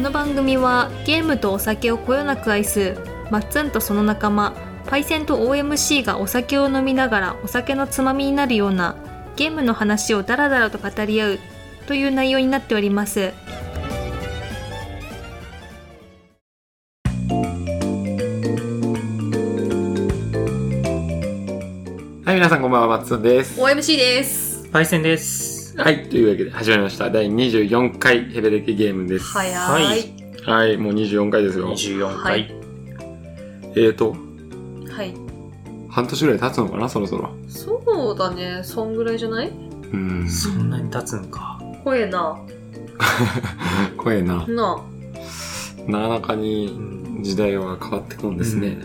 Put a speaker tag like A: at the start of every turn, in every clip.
A: の番組はゲームとお酒をこよなく愛すマッツンとその仲間パイセンと OMC がお酒を飲みながらお酒のつまみになるようなゲームの話をダラダラと語り合うという内容になっております
B: はい、皆さんこんばんは、マッツンです。
C: OMC です。
D: パイセンです。
B: はい、というわけで始まりました。第24回ヘベレケゲームです。
C: 早い。
D: はい
B: はい、もう24回ですよ。
D: 24
C: はい
D: 回。
B: えーと、
C: はい。
B: 半年ぐらい経つのかな、そろそろ。
C: そうだね。そんぐらいじゃない
B: うん。
D: そんなに経つんか。
C: 怖えな。
B: 怖えな。
C: な
B: なかなか
D: う
B: に
D: ん
B: 時代は変わってくんですね。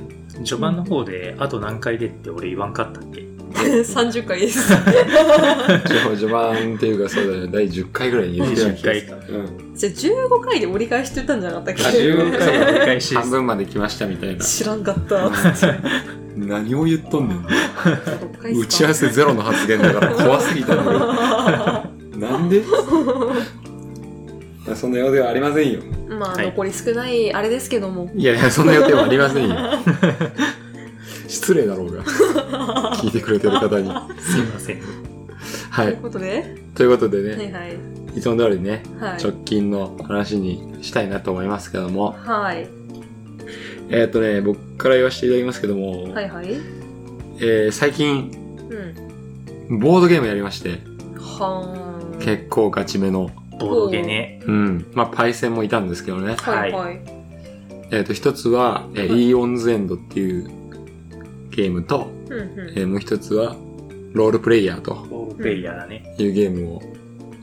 D: 序盤の方で、あと何回でって俺言わんかったっけ
C: あ。30回 です。
B: 序盤序盤っていうか、そうだね、第10回ぐらいに言ってた気がする
D: 10
B: うん。
C: じゃあ15回で折り返してたんじゃなかったっけ
B: あ15回
D: 折り返しです
B: 半分まで来ましたみたいな。
C: 知らんかった。
B: 何を言っとんね ん。
C: 6回っすか
B: 打ち合わせゼロの発言だから怖すぎたのよ。なん でいやそんな予定はありませんよ。
C: まあ、
D: はい
C: 残り少ないあれですけども。
B: いやいや、そんな予定はありませんよ。 失礼だろうが。聞いてくれてる方に。は
D: すいません。
C: とい。
B: いう
C: ことで、
B: ということで
C: は
B: ね、
C: いはい。
B: いつも通りね、
C: はい。
B: 直近の話にしたいなと思いますけども、
C: はい。
B: えっ、とね、僕から言わせていただきますけども、
C: はいはい。う
B: えー最近、
C: ん。
B: ボードゲームやりまして、
C: はーん。
B: 結構ガチめの、
D: ボードゲね。
B: うん、まあ、パイセンもいたんですけどね。
C: はいはい。
B: えっ、と、一つは、えー
C: はい
B: イーオンズエンドっていうゲームと、
C: うんうん。
B: えーもう一つは、ロールプレイヤーと
D: ボードプレイヤーだね。
B: いうゲームを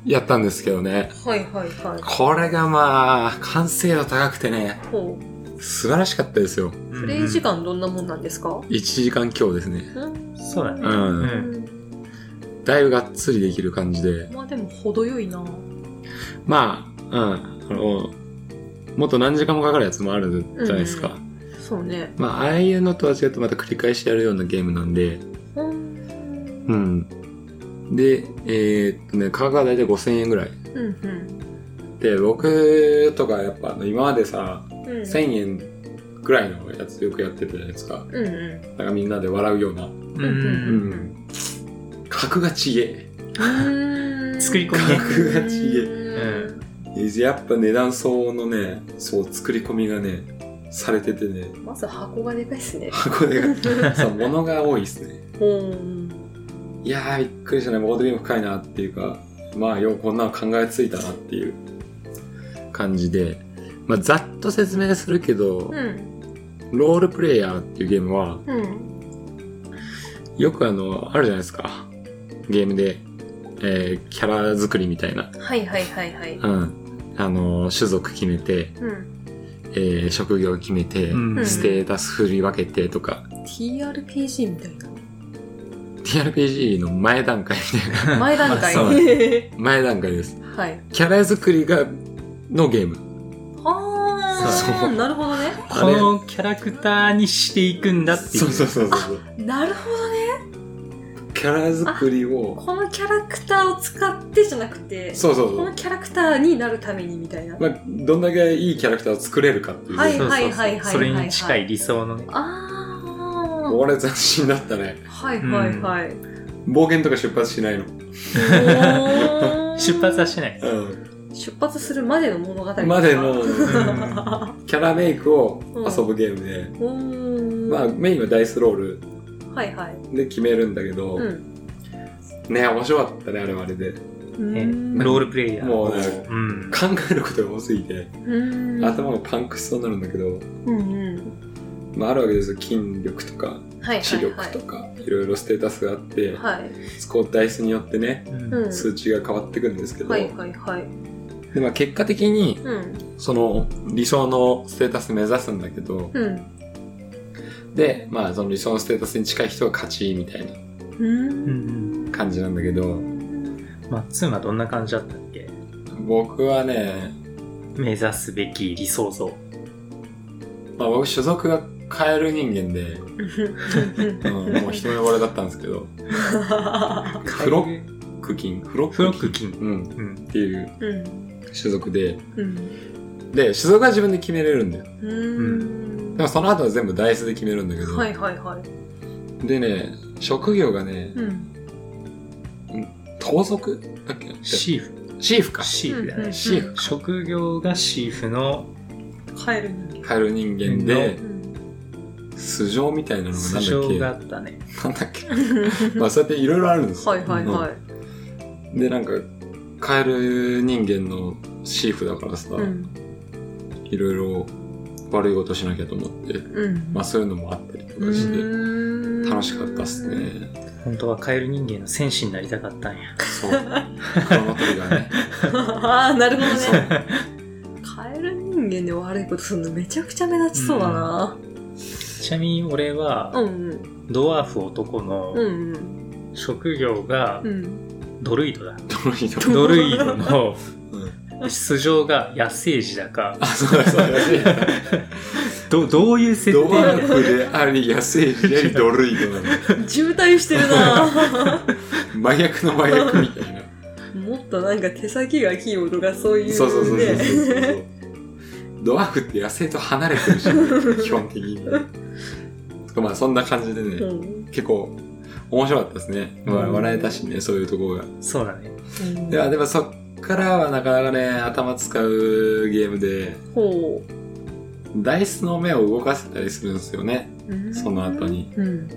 B: やったんですけどね。
C: はいはいはい。
B: これがまあ、完成度高くてね、
C: ほう。
B: 素晴らしかったですよ。
D: プ
C: プレイ時間どんなもんなんですか
B: 1時間強ですね。
C: うん。
D: そうだね。
B: う。
D: うんん。
B: だいぶがっつりできる感じで。
C: まあでも程よいな。
B: まあ、うん。あの、もっと何時間もかかるやつもあるじゃないですか。
C: うそうね。
B: まあ、ああいうのとは違ってまた繰り返しやるようなゲームなんで、
C: うん。
B: うん。で、えーっとね、価格はだいたい5000円ぐらい。
C: うん
B: で、僕とかやっぱあの今までさ、
C: うん。うん。
B: 1000円ぐらいのやつよくやってたじゃないですか。
C: うんうん。
B: なんかみんなで笑うような。
D: う。
B: うんん。格がちげ
C: うん。
D: 作り込みね
B: 格がちげ
C: うん。
B: え。やっぱ値段相応のね、そう、作り込みがね、されててね、
C: まず箱がでかいっすね。
B: 箱根が、 そう、物が多いですね。
C: ほうん。
B: いやー、びっくりしたね。ボードゲーム深いなっていうか、まあ、ようこんなの考えついたなっていう感じで、まあ、ざっと説明するけど
C: う、ん。
B: ロールプレイヤーっていうゲームは、
C: うん。
B: よくあの、あるじゃないですか。ゲームで、えーキャラ作りみたいな。
C: はいはいはいはい。
B: うん。あの、種族決めて、
C: うん。
B: えー職業決めて、
D: うん
B: ステータス振り分けてとか、
C: TRPG みたいな。
B: TRPG の前段階みたいな。
C: 前段階。
B: あそう
C: はい。
B: 前段階です。キャラ作りが、のゲーム。
C: は
B: そ
C: あ、
B: う
C: なるほどね。
D: このキャラクターにしていくんだっていう。
B: そうそうそうそう。
C: なるほどね。
B: キャラ作りを、
C: このキャラクターを使ってじゃなくて、
B: そうそう
C: こ
B: そう
C: の。キャラクターになるためにみたいな。
B: まあ、どんだけいいキャラクターを作れるかっていう。
C: はい
D: そうそうそ
C: は
D: う
C: いはいはいはい
D: それに近い理想のね。
C: あ
B: これ斬新だったね。
C: あ。はいはいはい。
B: 冒険とか出発しないの。
C: おー
D: 出発はしない。
B: う
C: 出発するまでの物語
B: ん。までの、
C: うん
B: キャラメイクを遊ぶゲームで、
C: おー
B: まあメインはダイスロール
C: はいはい
B: で決めるんだけど、
C: うん
B: ね面白かったねあれはあれで
D: ね
C: うん
D: ロールプレイヤー。
B: もうね
D: うん。
B: 考えることが多すぎて、
C: うん
B: 頭がパンクしそうになるんだけど、
C: うんうん
B: まあ、あるわけですよ筋力とか
C: はい
B: 知
C: はい
B: 力と
C: は
B: か、いろいろステータスがあって、
C: いはい
B: こうダイスによってね
D: うん
C: うん
B: 数値が変わってくんですけど、
C: はいはいはい
B: でまあ、結果的に
C: うん
B: その理想のステータス目指すんだけど
C: うん
B: で、まあ、その理想のステータスに近い人が勝ちみたいな
C: うん
D: うん
B: 感じなんだけど
D: まあ、ツンはどんな感じだったっけ
B: 僕はね、
D: 目指すべき理想像。
B: まあ、僕所属が変える人間で、
C: うん
B: うん、もう一目惚れだったんですけどフロックキンフロック
D: フ
B: キン
D: ロック金。
B: うん、
D: うん。
B: っていう
C: うん
B: 種族で
C: うん
B: で、種族は自分で決めれるんだよ。
C: うんうん
B: でもその後は全部ダイスで決めるんだけど。
C: はいはいはい
B: でね、職業がね、
C: うん
B: 盗賊だっけ
D: シーフ。
B: シーフか。
D: シーフだ
C: うん
D: ね。
B: シーフ
D: 職業がシーフの
C: 帰る人間
B: カエル人間で
C: う、ん
B: 素性みたいなの
D: 素
B: が
D: 性があ
B: なんだっ
D: ったね。
B: けなんだっけ まあそうやっていろいろあるんですよ。
C: はいはいはい
B: で、なんか、カエル人間のシーフだからさ、
C: うん
B: いろいろ悪いことしなきゃと思って、
C: うん
B: まあそういうのもあったりとかして、
C: うん
B: 楽しかったっす ね。
D: 本当はカエル人間の戦士になりたかったんや。
B: そう。この鳥がね。
C: ああなるほどねカエル人間で悪いことするのめちゃくちゃ目立ちそうだな
D: ちなみに俺
C: う
D: は、
C: んうん
D: ドワーフ男の
C: うんうん
D: 職業が
C: うん
D: ドルイドだ。
B: どの人
D: ドルイドの
B: う
D: 素性が野生児だか、
B: あ、そうだそうだ。
D: どどういう設
B: ド
D: 定
B: ワ
D: な
B: ー
D: の
B: フであり、野生児であり、ドルイドなの。
C: 渋滞してるな
B: 麻薬の麻薬みたいな。
C: もっとなんか手先が器用とかそういうね
B: そうそうそうそうそうそう。ドワーフって野生と離れてるし、基本的に。まあそんな感じでね、
C: うん
B: 結構面白かったですね。まあ
D: うん
B: 笑えたしね、そういうところが。
D: そうだね。
C: うん
B: ではでもそっからはなかなかね、頭使うゲームで、
C: ほ
B: ダイスの目を動かせたりするんですよね。
C: ううん
B: その後に。
C: うん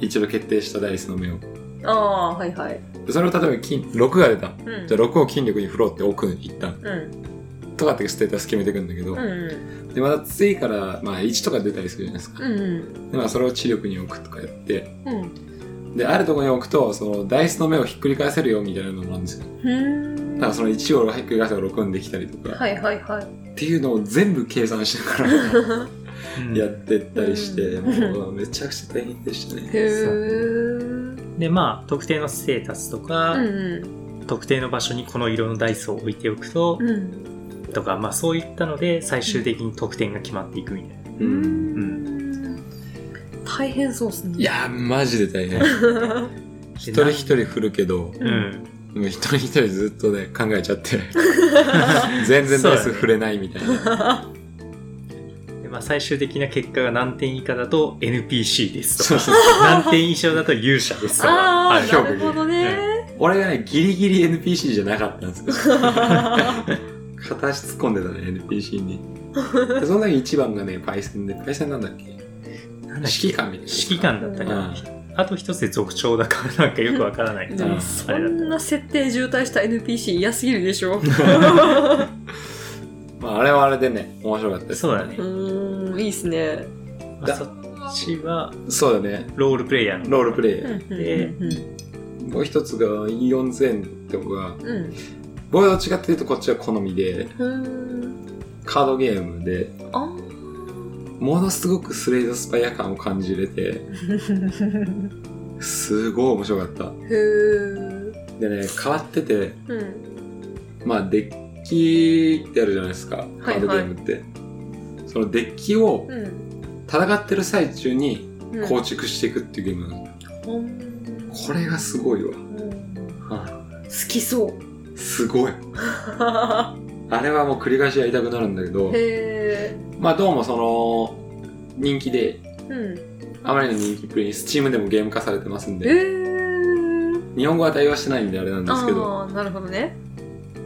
B: 一度決定したダイスの目を。
C: ああはいはい
B: でそれを例えば金、6が出たの。
C: うん
B: じゃあ6を筋力に振ろうって奥に行ったの
C: うん
B: とかってステータス決めてくんだけど、
C: うんうん
B: で、また次から、まあ1とか出たりするじゃないですか。
C: うん
B: で、まあ、それを知力に置くとかやって、
C: うん
B: で、あるところに置くと、その、ダイスの目をひっくり返せるよみたいなのもあるんですよ。
C: うん
B: だからその1をひっくり返せば6にできたりとか、
C: はいはい はい
B: っていうのを全部計算しながら
D: うん
B: やってったりして、
C: うん
B: もうめちゃくちゃ大変でしたね。
C: へー
D: で、まあ、特定のステータスとか、
C: うんうん
D: 特定の場所にこの色のダイスを置いておくと、
C: うん
D: とか、まあそういったので、最終的に得点が決まっていくみたいな。
B: う。
C: うんん大変そうっすね
B: いやー、マジで大変。一人一人振るけど、
C: う
D: うんん。
B: でも一人一人ずっとね、考えち ゃって、全然ダイス振れないみたいな。
D: でまあ最終的な結果が何点以下だと NPC です
B: そう
D: と
B: そ
D: か、
B: う
D: 何点以上だと勇者ですとか。
C: あ
B: あ
C: あ
B: 評
C: な
B: 価
C: るほどね
B: 俺がね、ギリギリ NPC じゃなかったんですよ。片足突っ込んでたね NPC にでその時一番がねパイセンでパイセンなんだっけ
D: なんだっけ
B: 指揮官みたいな
D: 指揮官だったり、あと一つで族長だからなんかよくわからな い。
C: で
B: う
C: も
B: ん
D: あ
C: そ
D: れだった
C: んな設定渋滞した NPC 嫌すぎるでしょ
B: うんまあ、あれはあれでね面白かったです
D: そうだね
C: う。ーんいいっすね
D: まあそっちは
B: そうだね
D: ロールプレイヤーの。
B: ロールプレイ、
D: で
C: うん
B: もう一つが4000とか
C: うん
B: 僕はどっちかっていうとこっちは好みで
C: うんうん
B: カードゲームで
C: あー
B: ものすごくスレイドスパイア感を感じれて すごい面白かった
C: へー
B: でね変わってて
C: うん
B: まあデッキってあるじゃないですかカードゲームって、そのデッキを
C: うん
B: 戦ってる最中に
C: うん
B: 構築していくっていうゲームなんだ
C: ほん
B: これがすごいわ、
C: うん好きそう
B: すごいあれはもう繰り返しやりたくなるんだけど
C: へ
B: まあどうもその人気で
C: ーうん
B: あまりの人気っぷりに Steam でもゲーム化されてますん
C: へ
B: で
C: ー
B: 日本語は対応してないんであれなんですけど
C: ああなるほどね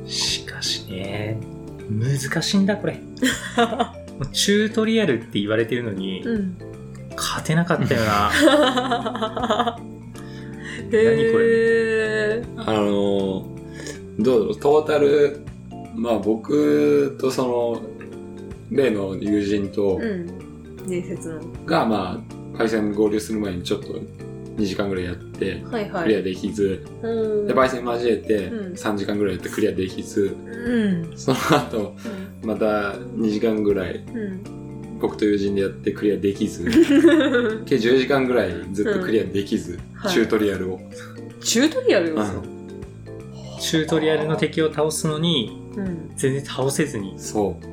D: しかしね、難しいんだ これ。もうチュートリアルって言われてるのに、
C: うん
D: 勝てなかったよな。
C: へえ
B: あのーどうだろうトータルまあ僕とその例の友人と
C: うん伝説の
B: がまあ会社に合流する前にちょっと2時間ぐらいやって
C: はいは
B: ク
C: い
B: リアできず、
C: うん
B: で、焙煎交えて
C: うん
B: 3時間ぐらいやってクリアできず、
C: うん
B: その後、また2時間ぐらい、
C: うん
B: 僕と友人でやってクリアできず、
C: うん
B: 計10時間ぐらいずっとクリアできず、
C: はい
B: チュートリアルを。
C: チュートリアルを
B: う
C: そ
B: ん
D: チュートリアルの敵を倒すのに、
C: うん
D: 全然倒せずに
B: そう。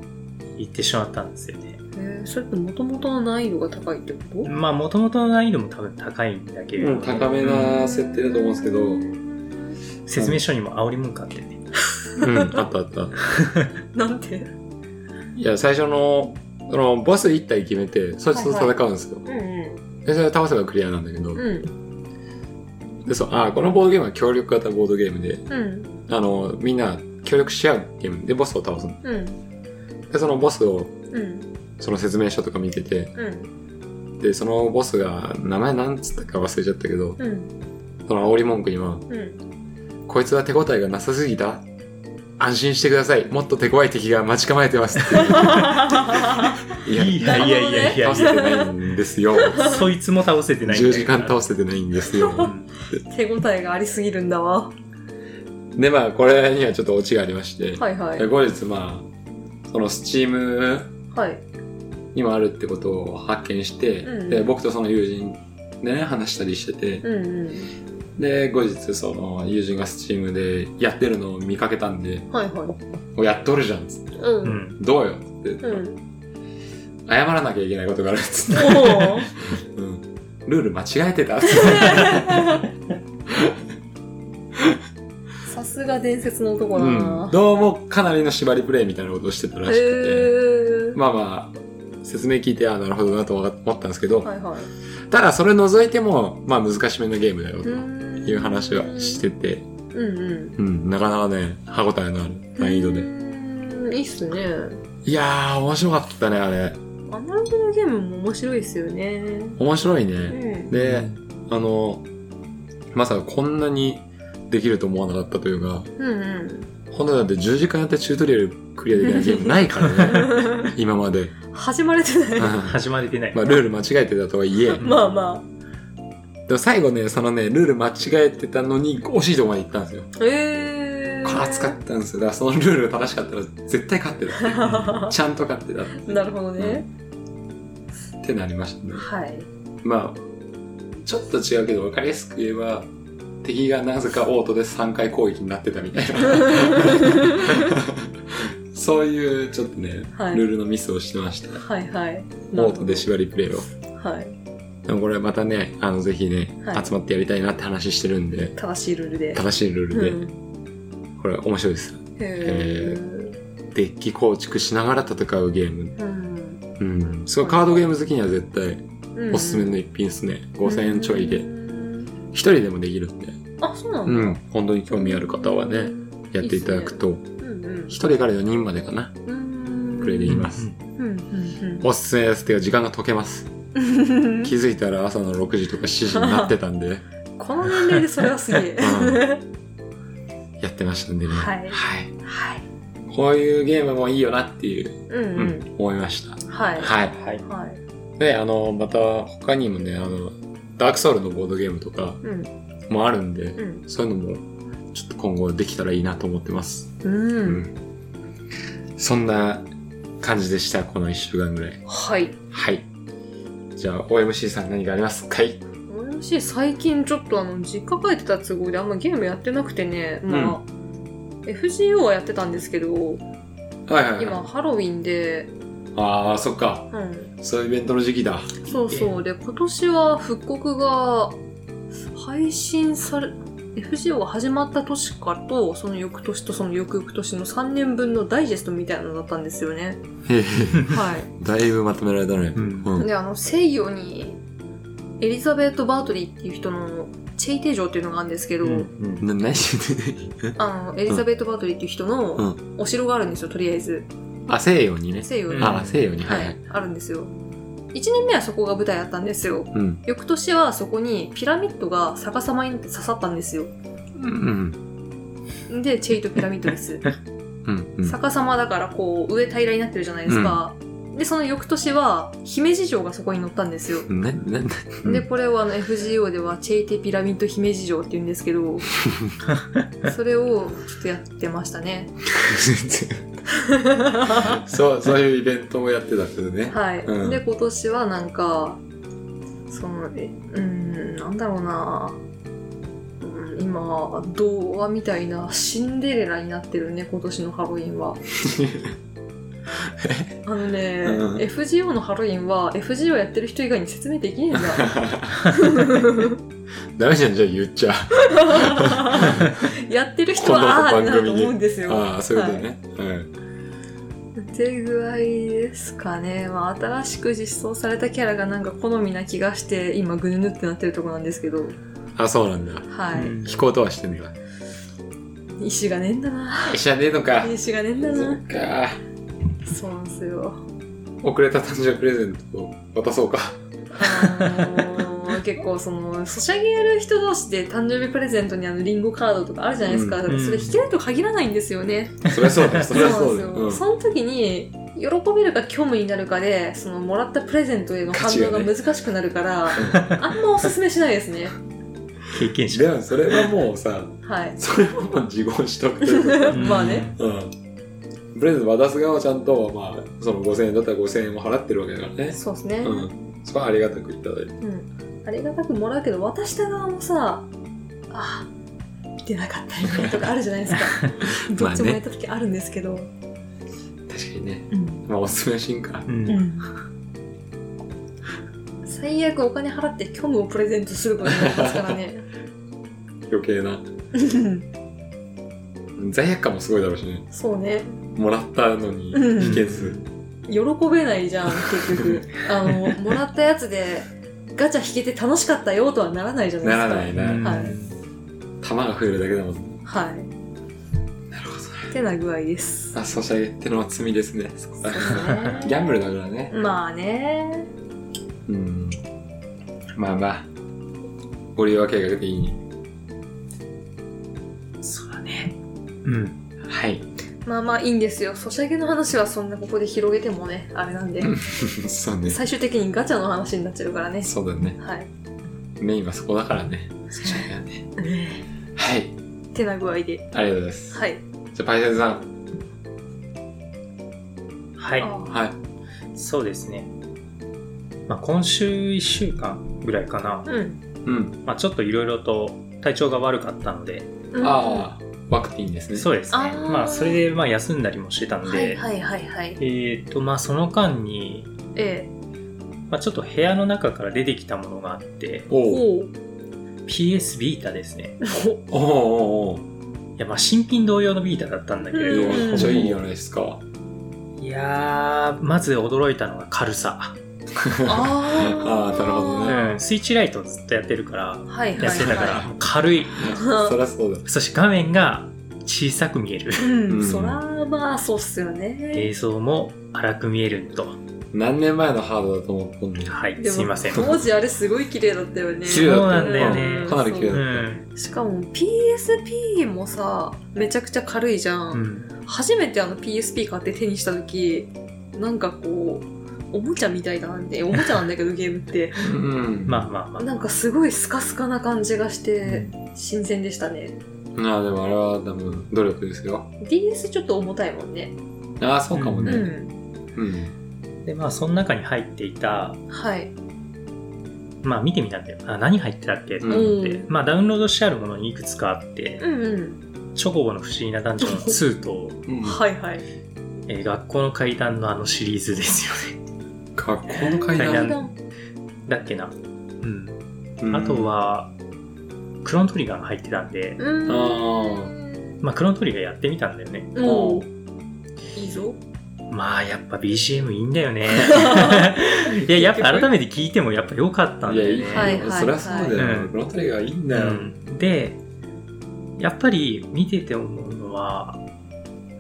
D: 行ってしまったんですよね。
C: えーそれってもともとの難易度が高いってこと
D: まあ、もともとの難易度も多分高いんだけれど、
B: うん高めな設定だと思うんですけど、うん、
D: 説明書にも煽り文句あってね。
B: あったあった。
C: なんて
B: いや、最初の、その、ボス1体決めて、そいつと戦うんですよ。
C: うんうん
B: で、それ倒せばクリアなんだけ
C: う
B: ど、
C: ん
B: で、そう、あー、このボードゲームは協力型ボードゲームで、
C: うん
B: あの、みんな協力し合うゲームで、ボスを倒すの。
C: うん
B: で、そのボスを、
C: うん
B: その説明書とか見てて、
C: うん
B: で、そのボスが、名前なんつったか忘れちゃったけど、
C: うん
B: その煽り文句には、
C: うん
B: こいつは手応えがなさすぎた安心してください。もっと手強い敵が待ち構えてますっていう。いや、
D: いやいやいやいや
B: 倒
D: い
B: せて
D: や
B: ないんですよ。
D: そいつも倒せてないん
B: 10
D: だよ
B: 時間倒せてないんですよ。
D: うん
C: 手応えがありすぎるんだわ
B: で、まあ、これにはちょっとオチがありまして、
C: はいはい
B: 後日、まあ、そのスチーム
C: はい
B: にもあるってことを発見して、
C: うん
B: で、僕とその友人ね、話したりしてて、
C: うんうん
B: で、後日、その友人がスチームでやってるのを見かけたんで、
C: はいはい
B: もうやっとるじゃん、つって。
C: う
D: うんん
B: どうよ、つって。
C: うん
B: 謝らなきゃいけないことがある、つって。
C: おー
B: うんルール間違えてた、つって。
C: さすが伝説の男だ
B: うん
C: な、
B: どうもかなりの縛りプレイみたいなことをしてたらし
C: へ
B: くて。
C: え
B: まあまあ、説明聞いて、ああ、なるほどなと思ったんですけど、
C: はいはい
B: ただそれ除いても、まあ難しめのゲームだよ
C: う
B: と
C: ーん
B: いう話はしてて、
C: うんうん
B: うん、なかなかね、歯応えのある難易度で。
C: うーんいいっすね
B: いやー、面白かったね、あれ。
C: アナログのゲームも面白いですよね
B: 面白いうね。
C: ん
B: で、あの、まさかこんなにできると思わなかったというか、
C: うんうん
B: 本当だって10時間やってチュートリアルクリアできないゲームない からね、今まで。
C: 始まれてな
B: う
C: い
B: んま
D: 始まれてない
B: あ、ルール間違えてたとはいえ、
C: まあま
B: でも最後ね、そのね、ルール間違えてたのに、惜しいとこまで行ったんですよ。
C: あええ
B: これ熱かったんですよ。だからそのルールが正しかったら、絶対勝ってた。
C: た
B: ちゃんと勝ってた。っ
C: なるほどね、
B: てなりましたね。
C: はい
B: まあ、ちょっと違うけど、分かりやすく言えば、敵がなぜかオートで3回攻撃になってたみたいな。そういう、ちょっとね、ル
C: はい
B: ールのミスをしてました。
C: はいはい
B: オートで縛りプレイを。
C: はい
B: でもこれまたね、あの、ぜひね、
C: はい
B: 集まってやりたいなって話してるんで、
C: 正しいルールで
B: 正しいルールで、
C: うん、
B: これ面白いです。
C: へえ
B: デッキ構築しながら戦うゲーム。
C: うん
B: うん。すごいカードゲーム好きには絶対
C: うん
B: おすすめの一品ですね。5000円ちょいで。
C: うん
B: 一人でもできるんで。
C: あそうなんだ、
B: うん。本当に興味ある方はね、やっていただくと、
C: うんうん
B: 一人から4人までかな。
C: うん
B: プレイできます。
C: うんうん
B: おすすめですっていうか時間が解けます。
C: うん
B: 気づいたら朝の6時とか7時になってたんで、
C: この年齢でそれはすげえ。
B: やってましたんでね。
C: はい
B: はい。
C: はい。
B: こういうゲームもいいよなっていう、
C: うん
B: う
C: うん。
B: ん、思いました。
C: はい。
B: はい。
D: はい
C: はい。
B: で、あの、また他にもね、あの、ダークソウルのボードゲームとか
C: うん
B: もあるんで、
C: うん。
B: そういうのも、ちょっと今後できたらいいなと思ってます。
C: う。
B: うんん。そんな感じでした、この1週間ぐらい。
C: はい。
B: はい。じゃあ、OMC さん何かありますかい
C: 私、最近ちょっとあの、実家帰ってた都合であんまゲームやってなくてね、まあ、FGO はやってたんですけど、
B: はいはい、はい。
C: 今、ハロウィンで、
B: ああ、そっか。
C: うん。
B: そういうイベントの時期だ。
C: そうそう。で、今年は復刻が配信され、FGO が始まった年かと、その翌年とその翌々年の3年分のダイジェストみたいなのだったんですよね。はい。
B: だいぶまとめられたね。
D: うん
B: うん。
C: であの西洋にエリザベート・バートリーっていう人のチェイテ城っていうのがあるんですけど、
D: うん
B: な、何してんの
C: あのエリザベート・バートリーっていう人
B: う
C: のお城があるんですよとりあえず
B: あ、西洋にね。
C: 西洋に、
D: うん
B: あ、西洋に。は
C: はい
B: はいい。、
C: あるんですよ1年目はそこが舞台だったんですよ
B: うん。
C: 翌年はそこにピラミッドが逆さまに刺さったんですよ
B: うん。
C: でチェイトピラミッドです
B: うん。うん。
C: 逆さまだからこう上平らになってるじゃないですか、でその翌年は姫路城がそこに乗ったんですよ
B: な、な、な、うん
C: でこれをあの FGO ではチェイテピラミッド姫路城って言うんですけ どそれをちょっとやってましたねは
B: そう、そういうイベントもやってたけどね。
C: い、
B: うん
C: で今年はなんかそのえうんなんだろうな、うん、今童話みたいなシンデレラになってるね今年のハロウィン はあのね、
B: うん
C: FGO のハロウィンは FGO やってる人以外に説明できねえん だ
B: ダメじゃん、じゃあ言っちゃ
C: やってる人はああーってなると思うんですよ
B: う。ああ、そういうことね。うん。
C: て具合ですかね。まあ、新しく実装されたキャラがなんか好みな気がして、今ぐぬぬってなってるとこなんですけど、
B: あ、そうなんだ。
C: はい。
D: うん
B: 聞こうとはしてんだ。
C: 意志がねえんだな。
B: 医者ねえのか。
C: 意志がねえんだ
B: そっ
C: な。
B: か。
C: そうなんですよ。
B: 遅れた誕生日プレゼントを渡そうか。
C: あのー結構その、ソシャゲやる人同士で誕生日プレゼントにあのリンゴカードとかあるじゃないですか。
B: うん
C: だからそれ引けると限らないんですよね。
B: そりゃ そうだよ。そりゃそうだ
C: なんですよ。
B: よ。
C: その時に、喜べるか虚無になるかで、そのもらったプレゼントへの反応が難しくなるから、あんまおすすめしないですね。
D: 経験
B: うん
D: 者
B: でもそれはもうさ、
C: はい。
B: それはもう自言しとくというか。
C: まあね。
B: うん。プレゼント渡す側はちゃんと、まあ、その5000円だったら5000円も払ってるわけだからね。
C: そうですね。
B: うん。そこはありがたくいただいて。
C: うん、ありがたくもらうけど渡した側もさああ見てなかったよねとかあるじゃないですかど
B: まあ
C: っちもや
B: ね
C: っ。た時あるんですけど、
B: 確かにね。
C: うん
B: まあ、おすすめはしんか。
D: うん
C: う。最悪お金払って虚無をプレゼントすることになりますから ね
B: 余計な。
C: うん
B: 罪悪感もすごいだろうしね。
C: そうね
B: もらったのに
C: うん
B: 引けず。
C: 喜べないじゃん結 局あのもらったやつでガチャ引けて楽しかったよとはならないじゃないで
B: な
C: すから
B: ないな。
D: うん
C: はい
B: 玉が増えるだけだもん。
C: はい
B: なるほど
C: てな具合です
B: ね。あ、ソシャゲってのは罪ですね。そこ
C: そう
B: は
C: ね
B: ギャンブルだからね。
C: まあね
B: うん。まあまあ。折り分けがでいいね。
C: そうだね
D: うん。
B: はい。
C: まあまあいいんですよ。ソシャゲの話はそんなここで広げてもね、あれなんで。
B: そうね。
C: 最終的にガチャの話になっちゃうからね。
B: そうだね。
C: はい。
B: メインはそこだからね。ソシャゲはね。はい。
C: てな具合で。
B: ありがとうございます。
C: はい。
B: じゃあ、パイセンさん。
D: はい。
C: あ
B: はい。
D: そうですね。まあ、今週1週間ぐらいかな
C: ー。うん。
B: うん。
D: まあ、ちょっといろいろと体調が悪かったので、
C: うん
B: ああ、ワクティンですね。
D: そうですね。
C: あー
D: まあ、それでまあ休んだりもしてたんで、
C: はいはいはいはい。
D: えっと、まあ、その間に、
C: ええ。
D: まあ、ちょっと部屋の中から出てきたものがあって、
B: おう
C: おう
D: PS ビータですね。
B: おおおう
D: いや、まあ、新品同様のビータだったんだけれ
B: お
C: う
B: う
D: ど、
C: ん
B: めっちゃいいじゃないです か。
D: いやー、まず驚いたのが軽さ。
C: あ
B: あー
C: あ。
B: なるほどね
D: うん、スイッチライトをずっとやってるから、
C: はいはいはい。
D: やってたから、もう軽い。
B: そりゃそうだ。
D: そして画面が小さく見える。
C: う
B: うん
C: ん。そら、まあそうっすよね
D: 映。像も荒く見えると。
B: 何年前のハードだと思うんだ。
D: はい、
C: です
D: い
C: も
D: ません。
C: 当時あれすごい綺麗だったよね。
B: 綺麗だった
D: そうなんだよね
B: かなり綺麗
D: う
B: だっ
D: ん。
C: しかも PSP もさ、めちゃくちゃ軽いじゃ
D: うん。
C: 初めてあの PSP 買って手にした時なんかこうおもちゃみたいだなんでおもちゃなんだ けどゲームって
B: た。うん。
D: まあまあまあ。
C: なんかすごいスカスカな感じがし
D: う
C: て
D: ん
C: 新鮮でしたね
B: ああ、でもあれは多分努力ですよ。
C: DS ちょっと重たいもんね
B: ああ、そうかも
C: う
B: ね。
C: ん
B: うん。
D: で、まあ、その中に入っていた、
C: はい
D: まあ、見てみたんだよ。あ、何入ってたっけと
B: う
D: 思
B: ん
D: っ
C: う
D: て
C: ん
D: まあ、ダウンロードしてあるものにいくつかあって、
C: うんうん
D: チョコボの不思議なダンジョンの2と、
B: うん
C: はいはい
D: えー学校の階段のあのシリーズですよね。
B: 学校の階
D: 階
B: 段。
D: 段だっけな。うん。
B: うん
D: あと。は、クロントリガーが入ってたんで、
C: うん
D: まあ、クロントリガーやってみたんだよね。
C: おういいぞ
D: まあやっぱ BGM いいんだ よね。いややっぱ改めて聞いてもやっぱ良かったん
B: い
D: だ
B: や、
D: よ
B: いい
D: ね。
C: はい
B: よ。そりゃそうだ
D: う
B: よ。
D: ん
B: この辺りがいいんだ
D: う
B: よ。
D: ん、でやっぱり見てて思うのは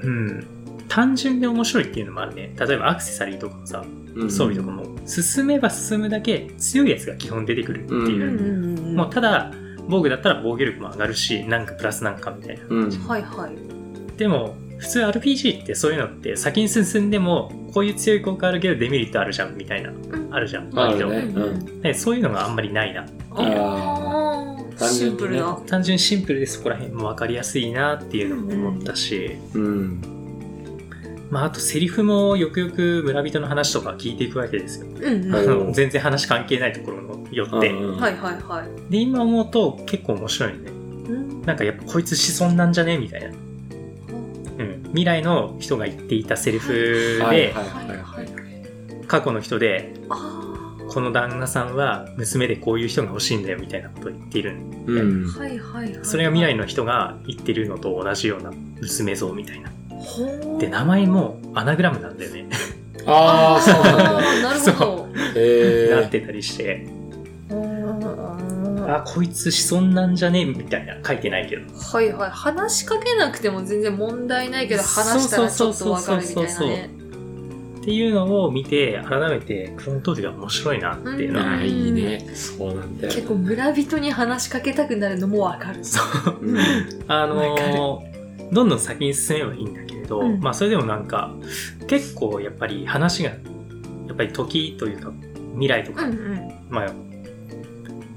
D: うん単純で面白いっていうのもあるね。例えばアクセサリーとかもさ
B: うん
D: 装備とかも進めば進むだけ強いやつが基本出てくるって
C: う
D: いう。
C: んうん
D: もうただ防具だったら防御力も上がるしなんかプラスなんかみたいな。
B: うん。
C: はいはい
D: でも普通 RPG ってそういうのって先に進んでもこういう強い効果あるけどデメリットあるじゃんみたいな、
C: ん
D: あるじゃん
B: あ
D: 割
B: る
D: と、
B: ね。う
C: うん
B: ん。
D: ねそういうのがあんまりないな
B: あ
C: あー
B: 単
C: シ
B: 純にね
C: ンプルな
D: 単純シンプルでそこら辺も分かりやすいなっていうのも思ったし、
B: うん。
D: まあ、あとセリフもよくよく村人の話とか聞いていくわけですよ、
C: うんうん
B: は
D: あ
B: い
D: の全然話関係ないところのよって、
C: はいはいはい
D: で今思うと結構面白いね
C: うん
D: なんかやっぱこいつ子孫なんじゃねみたいな、うん、未来の人が言っていたセリフ
B: はい
D: で
B: はいはいはい。
D: 過去の人で
C: あ
D: この旦那さんは娘でこういう人が欲しいんだよみたいなことを言っているんで
B: うん
C: ー。はいはいはい
D: それが未来の人が言ってるのと同じような娘像みたいな
C: ほう
D: で名前もアナグラムなんだよね。
B: ああ、そうなん だ。
C: あーなるほど。
B: え
D: なっ
B: ー、
D: てたりして、
C: あ
D: あ、こいつ子孫なんじゃねみたいな、書いてないけど。
C: ーはいはい。話しかけなくても全然問題ないけど、話したらちょっとわかるみたいなね。
D: っていうのを見て、改めて、クロノトリガー面白いなっていうのは、
B: あーいいね。そうなんだよ。
C: 結構村人に話しかけたくなるのもわかる。
D: そう。
B: うん
D: あ
C: わか
D: のーどんどん先に進めばいいんだけれど、
C: うん
D: まあそれでもなんか、結構やっぱり話が、やっぱり時というか、未来と
C: う
D: か、
C: んうん。
D: まあ、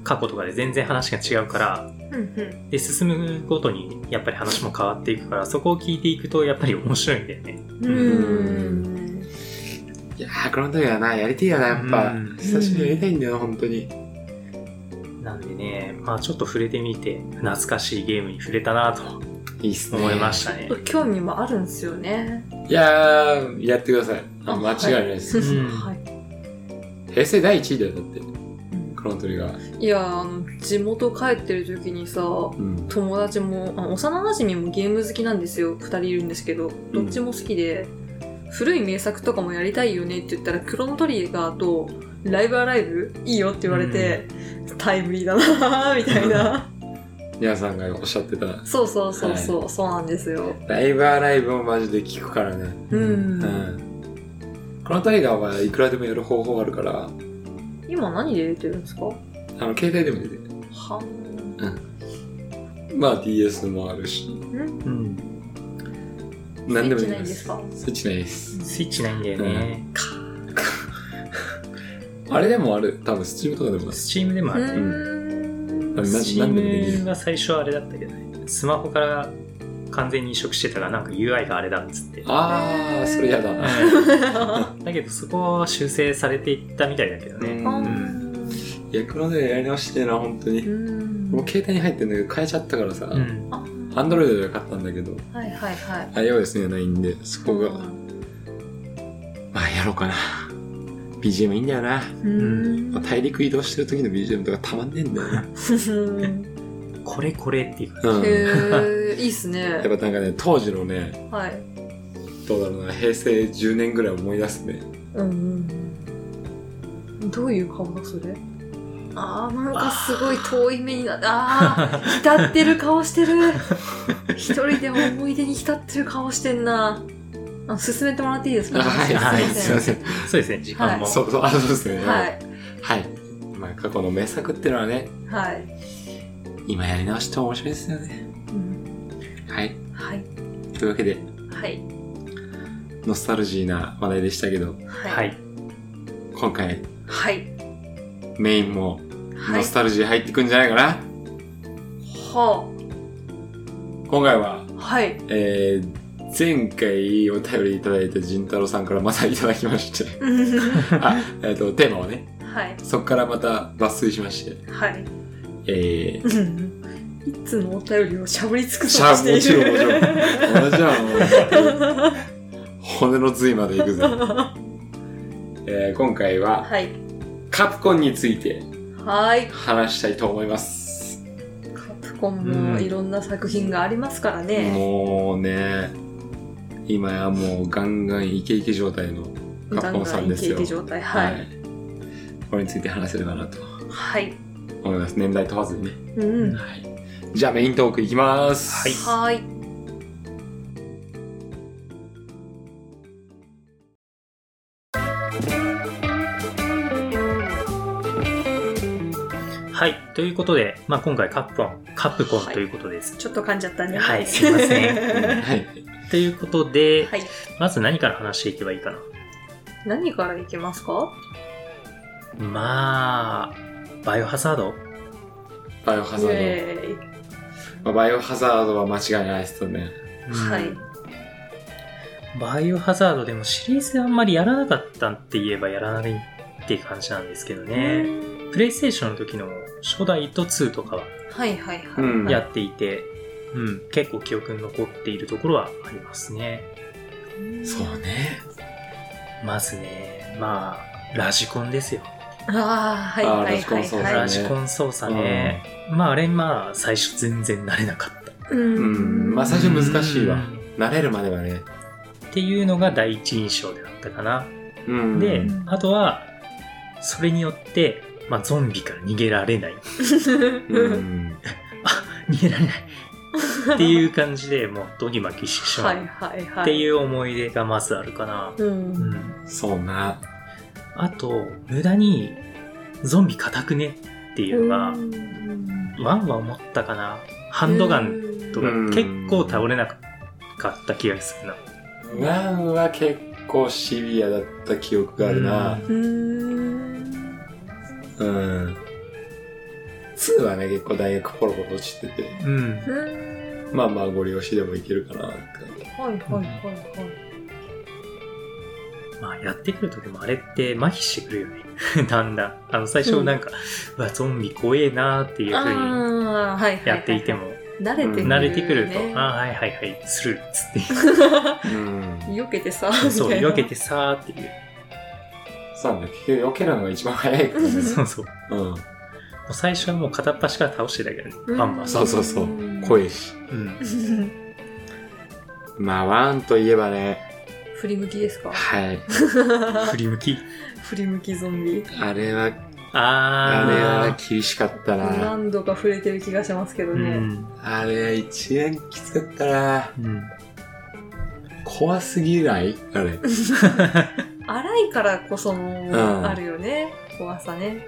D: 過去とかで全然話が違うから、
C: うんうん。
D: で、進むごとにやっぱり話も変わっていくから、そこを聞いていくとやっぱり面白いんだよね。
C: うーん。
B: いやー、この時はな、やりてえよな、やっぱ。
D: うん
B: 久しぶりにやりたいんだよな、本当に。
D: なんでね、まあちょっと触れてみて、懐かしいゲームに触れたなと
B: いいっすね。
D: 思いましたね。
C: 興味もあるんですよね。
B: いやー、やってください。あ
C: あ
B: 間違いないです。
D: いん
C: はい
B: 平成第1位だよ、だって。クロノトリガー。
C: いやーあの地元帰ってる時にさ
B: うん。
C: 友達もあ幼馴染もゲーム好きなんですよ2人いるんですけどどっちも好きで、古い名作とかもやりたいよねって言ったら「クロノトリガー」と「ライブアライブ」いいよって言われて、タイムリーだなーみたい な
B: 皆さんがおっしゃってた。
C: そうそうそうそう、そうなんですよ
B: ライブアライブもマジで聞くからね。
C: うん、
B: うん。クロノトリガーはいくらでもやる方法あるから、
C: 今何で出てるんですかは
B: あの、携帯でも出てる。
C: ん
B: まあ、DS もあるし。
C: ん
D: うん
B: 何でも
C: スイッチ
B: でき
C: ない
B: ま
C: んですす。か
B: スイッチないです。
D: スイッチないんだよね。
B: あれでもある。多分、スチームとかでもある。
D: スチームでもあ
C: う
D: るね。
C: ーん
B: うん
D: スチ
B: なんでもできる
D: ームは最初あれだったけどね。スマホから完全に移植してたから、なんか UI があれだっつって。
B: あー、それやだな。
D: うんだけどそこは修正されていったみたいだけどね。
B: うん
D: ん
B: いや、クロノトリガーやり直してえな、本当
C: う
B: に。
C: ん
B: もう携帯に入ってんだけど、変えちゃったからさ。
D: うん
C: あ
B: アンドロイドで買ったんだけど、
C: はいはいはい
B: iOS にはないんで、そこが、まあやろうかな。BGM いいんだよな。
C: うん
B: まあ大陸移動してる時の BGM とかたまんねえんだ よな。
D: これこれっていうか。
B: うん。
C: へ
B: や
C: え、いいっすね。
B: っぱなんかね、当時のね、
C: はい。
B: どうだろうな、平成10年ぐらい思い出すね。
C: うんうん。どういう顔だ、それ。あー、なんかすごい遠い目になって、あー、浸ってる顔してる。一人でも思い出に浸ってる顔してんな。あ進めてもらっていいです
B: あ
C: か
B: はい、はい、すいません。
D: そうですね、時間も。
B: そうそう、あ、そうですね。
C: は
B: はい。
C: い。
B: まあ過去の名作ってのはね、
C: はい。
B: 今やり直しても面白いですよね。
C: うん
B: はい。
C: はい。
B: というわけで、
C: はい。
B: ノスタルジーな話題でしたけど、
D: は
C: はい。
D: い。
B: 今回
C: はい。
B: メインも
C: は
B: ノ
C: い
B: ス。タルジー入ってくんじゃないかな。
C: は
B: 今回は、
C: あ。はい。
B: えー、前回お便りいただいた仁太郎さんからまたいただきましてあ、えっとテーマをね
C: はい。
B: そこからまた抜粋しまして
C: はい。
B: え
C: うんいつのお便りをしゃぶり尽
B: ー、
C: く
B: し
C: そうと
B: ゃ
C: している。
B: もちろんもちろん同じゃんもう骨の髄までいくぜ、えー、今回は
C: はい。
B: カプコンについて
C: はい。
B: 話したいと思います
C: カプコンもいろんな作品がありますからね。
B: もうね今やもうガンガンイケイケ状態のカ
C: だ
B: プコンさんですよ
C: イケイケ状態。はい。
B: これについて話せればなと
C: はい。
B: 思います年代問わずにね
C: うん。
B: はい、じゃあメイントークいきます。
D: は
C: は
D: い
C: い。
D: はい。ということで、まあ今回カプコン、カプコン
C: はい
D: ということです。
C: ちょっと噛んじゃったね。
D: はいすいません
B: はい。
D: ということで、
C: はい。
D: まず何から話していけばいいかな。
C: 何からいきますか
D: まあ、バイオハザード
B: バイオハザー
C: え
B: ド。まあ、バイオハザードは間違いないですよね。
C: ーはい。
D: バイオハザードでもシリーズあんまりやらなかったって言えばやらないって感じなんですけどね。プレイステーションの時の初代と2とかは
C: はいはいはい。
B: うん
D: やっていて、うん、結構記憶に残っているところはありますね。
B: そうね。
D: まずね、まあ、ラジコンですよ。
C: ああ、はい
B: あー
C: は
B: ラ
C: い
B: ジコ
C: はい
B: ン操作ね
D: ラ
C: は
D: ジコン操作ね。まあ、あれまあ、最初全然慣れなかった。
C: い。う
B: うん。まあ最初難しいわ
D: うん。
B: 慣れるまではね。
D: っていうのが第一印象であったかな。
B: うん
D: で
A: ん、
D: あとは、それによって、まあ、ゾンビから逃げられな い。
B: うん
D: 逃げられない。っていう感じでもうドギマギしてしま
C: は
D: う
C: いはいはい。
D: っていう思い出がまずあるかな。
C: う。
D: うんん。
B: そうな。
D: あと、無駄にゾンビ固くねっていうのが、ワンは思ったかな。ハンドガン
C: ン
D: とか結構倒れなかった気がするな。
B: ワンは結構シビアだった記憶があるな。
C: うーん。
B: うん。ツーはね、結構大学ポロポロ落ちてて、
D: うん。
C: うーん
B: まあまあご利用しでもいけるかなって感じ。
C: はいはいはいはい。
D: まあ、やってくる時もあれって麻痺してくるよね。 だんだん。あの、最初なんか、うわ、ゾンビ怖えなーっていう
C: あ
D: 風に
C: あ、はいはいはい。
D: やっていても、
C: 慣れてくる、ね。
D: 慣れてくると、ああー、はいはいはい、スルーっ つっ
B: うん。
C: 避けてさ、
D: て。そう、
C: みたいな
D: 避けてさーっていう。
B: そうなんだ、結局避けるのが一番早いからね。
D: そうそう。も
B: うん。
D: う最初はもう片っ端から倒してたけどね、
C: うん
D: バンバン。
B: そうそうそう。濃いし。
D: うん。
B: まあ、ワンといえばね、
C: 振り向きですか
B: はい。
D: 振り向き。
C: 振り向きゾンビ。
B: あれは、あれは
D: あ
B: 厳しかったな。
C: 何度か触れてる気がしますけど
D: ー。う
C: ね。
D: ん。
B: あれは一番きつかったな。
D: うん。
B: 怖すぎないあれ。
C: 荒いからこその
B: ん
C: あるよね、怖さね。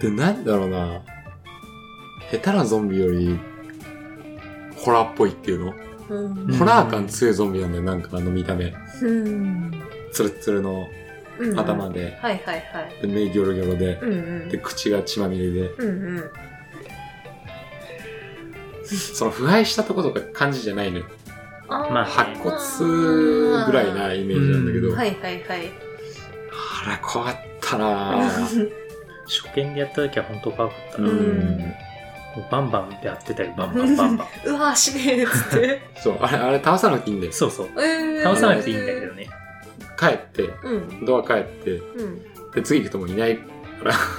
B: で、なんだろうな。下手なゾンビより、ホラーっぽいっていう
C: うん
B: の、
D: うん
B: ホラー感強いゾンビなんだよ、なんかあの見た目。
C: うん
B: ツルッツルの
C: うん
B: 頭
C: はい
B: で、
C: はいはい。
B: で目ギョロギョロで
C: う、んうん
B: で、。口が血まみれで、
C: うんうん。
B: その腐敗したとことか感じじゃないのよ。
C: あー
D: まあ
B: 白骨ぐらいなイメージなんだけど、
D: うん
B: あ
C: はいはいはい。
B: ら、怖かったなぁ。
D: 初見でやった時は本当怖かった
B: う。
D: な。もうんバンバンやってたよ、バンバンバン バン。
C: うわー、死ねえっつ って。
B: そう、あれ、あれ倒さなくていいんだよ。
D: そうそう。
C: えー
D: 倒さなくていいんだけど。ね。
B: 帰って、
C: うん。
B: ドア帰って、
C: うん。
B: で、次行くともういない。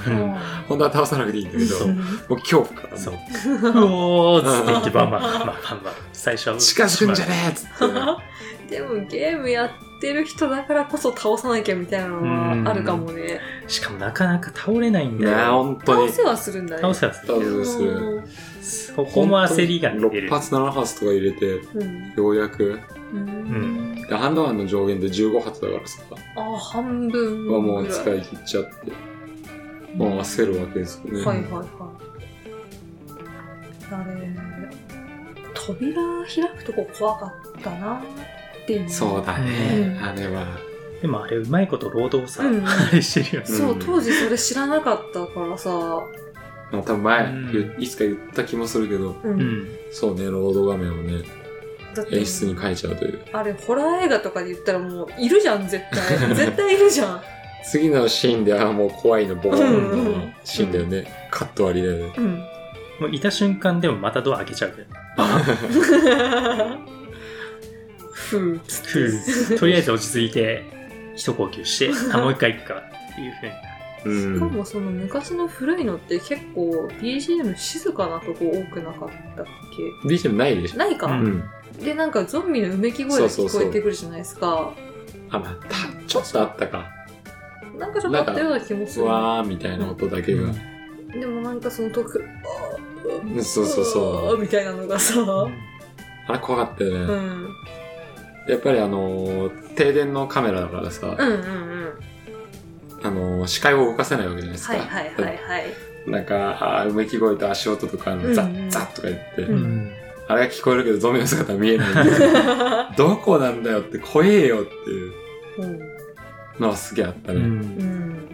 D: うん。
B: 本当は倒さなくていいんだけど、
D: そう
B: もう恐怖から、
D: そうう。うおーっつって言って、バンバン、バンバン、バン。最初は。
B: 近づくんじゃねえっつって。
C: でもゲームやってる人だからこそ倒さなきゃみたいなのはあるかもね。
D: しかもなかなか倒れないん
B: い
D: だ
B: やー、
D: よ。
B: 本当
C: 倒
B: に。
C: せはするんだね。
D: 倒せはするけ
B: 倒
D: ど、
B: する
D: そこも焦りが出
B: 6
D: る。
B: 発7発とか入れて、
C: うん。
B: ようやく。
C: うん。
B: でハンドガンの上限で15発だからさ、
C: あー、半分ぐら。
B: はいもう使い切っちゃって、もう焦るわけですよね。
C: はいはいはい。あれ、扉開くとこ怖かったなっていう。
B: そうだね
C: う、ん
B: あれは。
D: でもあれ、うまいこと労働さ、
C: うん
D: あれしてるよね。
C: そう、
B: うん
C: 当時それ知らなかったからさ、
B: まあ多分前、
D: うん
B: いつか言った気もするけど、
C: うん
D: うん。
B: そうね、ロード画面をね、
C: だって
B: 演出に変えちゃうという。
C: あれ、ホラー映画とかで言ったらもう、いるじゃん、絶 対。絶対いるじゃん。
B: 次のシーンではもう怖いの、ボーン
C: うんう
B: の
C: ん
B: シーンだよね。カット割りだよね。
C: うん。
D: もういた瞬間でもまたドア開けちゃうけど。
C: ふうっつって。
D: ふうとりあえず落ち着いて、一呼吸して、あ、もう一回行くか、っていうふうに。
B: う
C: しか
B: ん。
C: もその昔の古いのって結構 BGM 静かなとこ多くなかったっ
B: BGM ないでし
C: け
B: ょ。
C: ないか、
D: う
B: うん。
C: でなんかゾンビのうめき声が
B: そう
C: 聞
B: そう
C: こ
B: そう
C: えてくるじゃないですか
B: あ、また、ちょっとあったか。
C: なんかちょっとあったような気もす
B: う
C: る
B: わーみたいな音だけが。
C: でもなんかその特
B: うんそうそうそう
C: みたいなのがさ、
B: あれ怖かったよね。
C: うん、うん
B: やっぱりあのー停電のカメラだからさ、
C: うんうん
B: あのー視界を動かせないわけじゃないですか。
C: はいはいはいはい
B: なんか、あーうめき声と足音とか、あのザ
C: うんう
B: ッ
C: ん
B: ザッとか言って、
D: う
C: うん
D: ん。
B: あれが聞こえるけどゾンビの姿は見えないん でどこなんだよって、怖えよっていうのはすげえあった
D: う。
B: ね。
C: うんうんん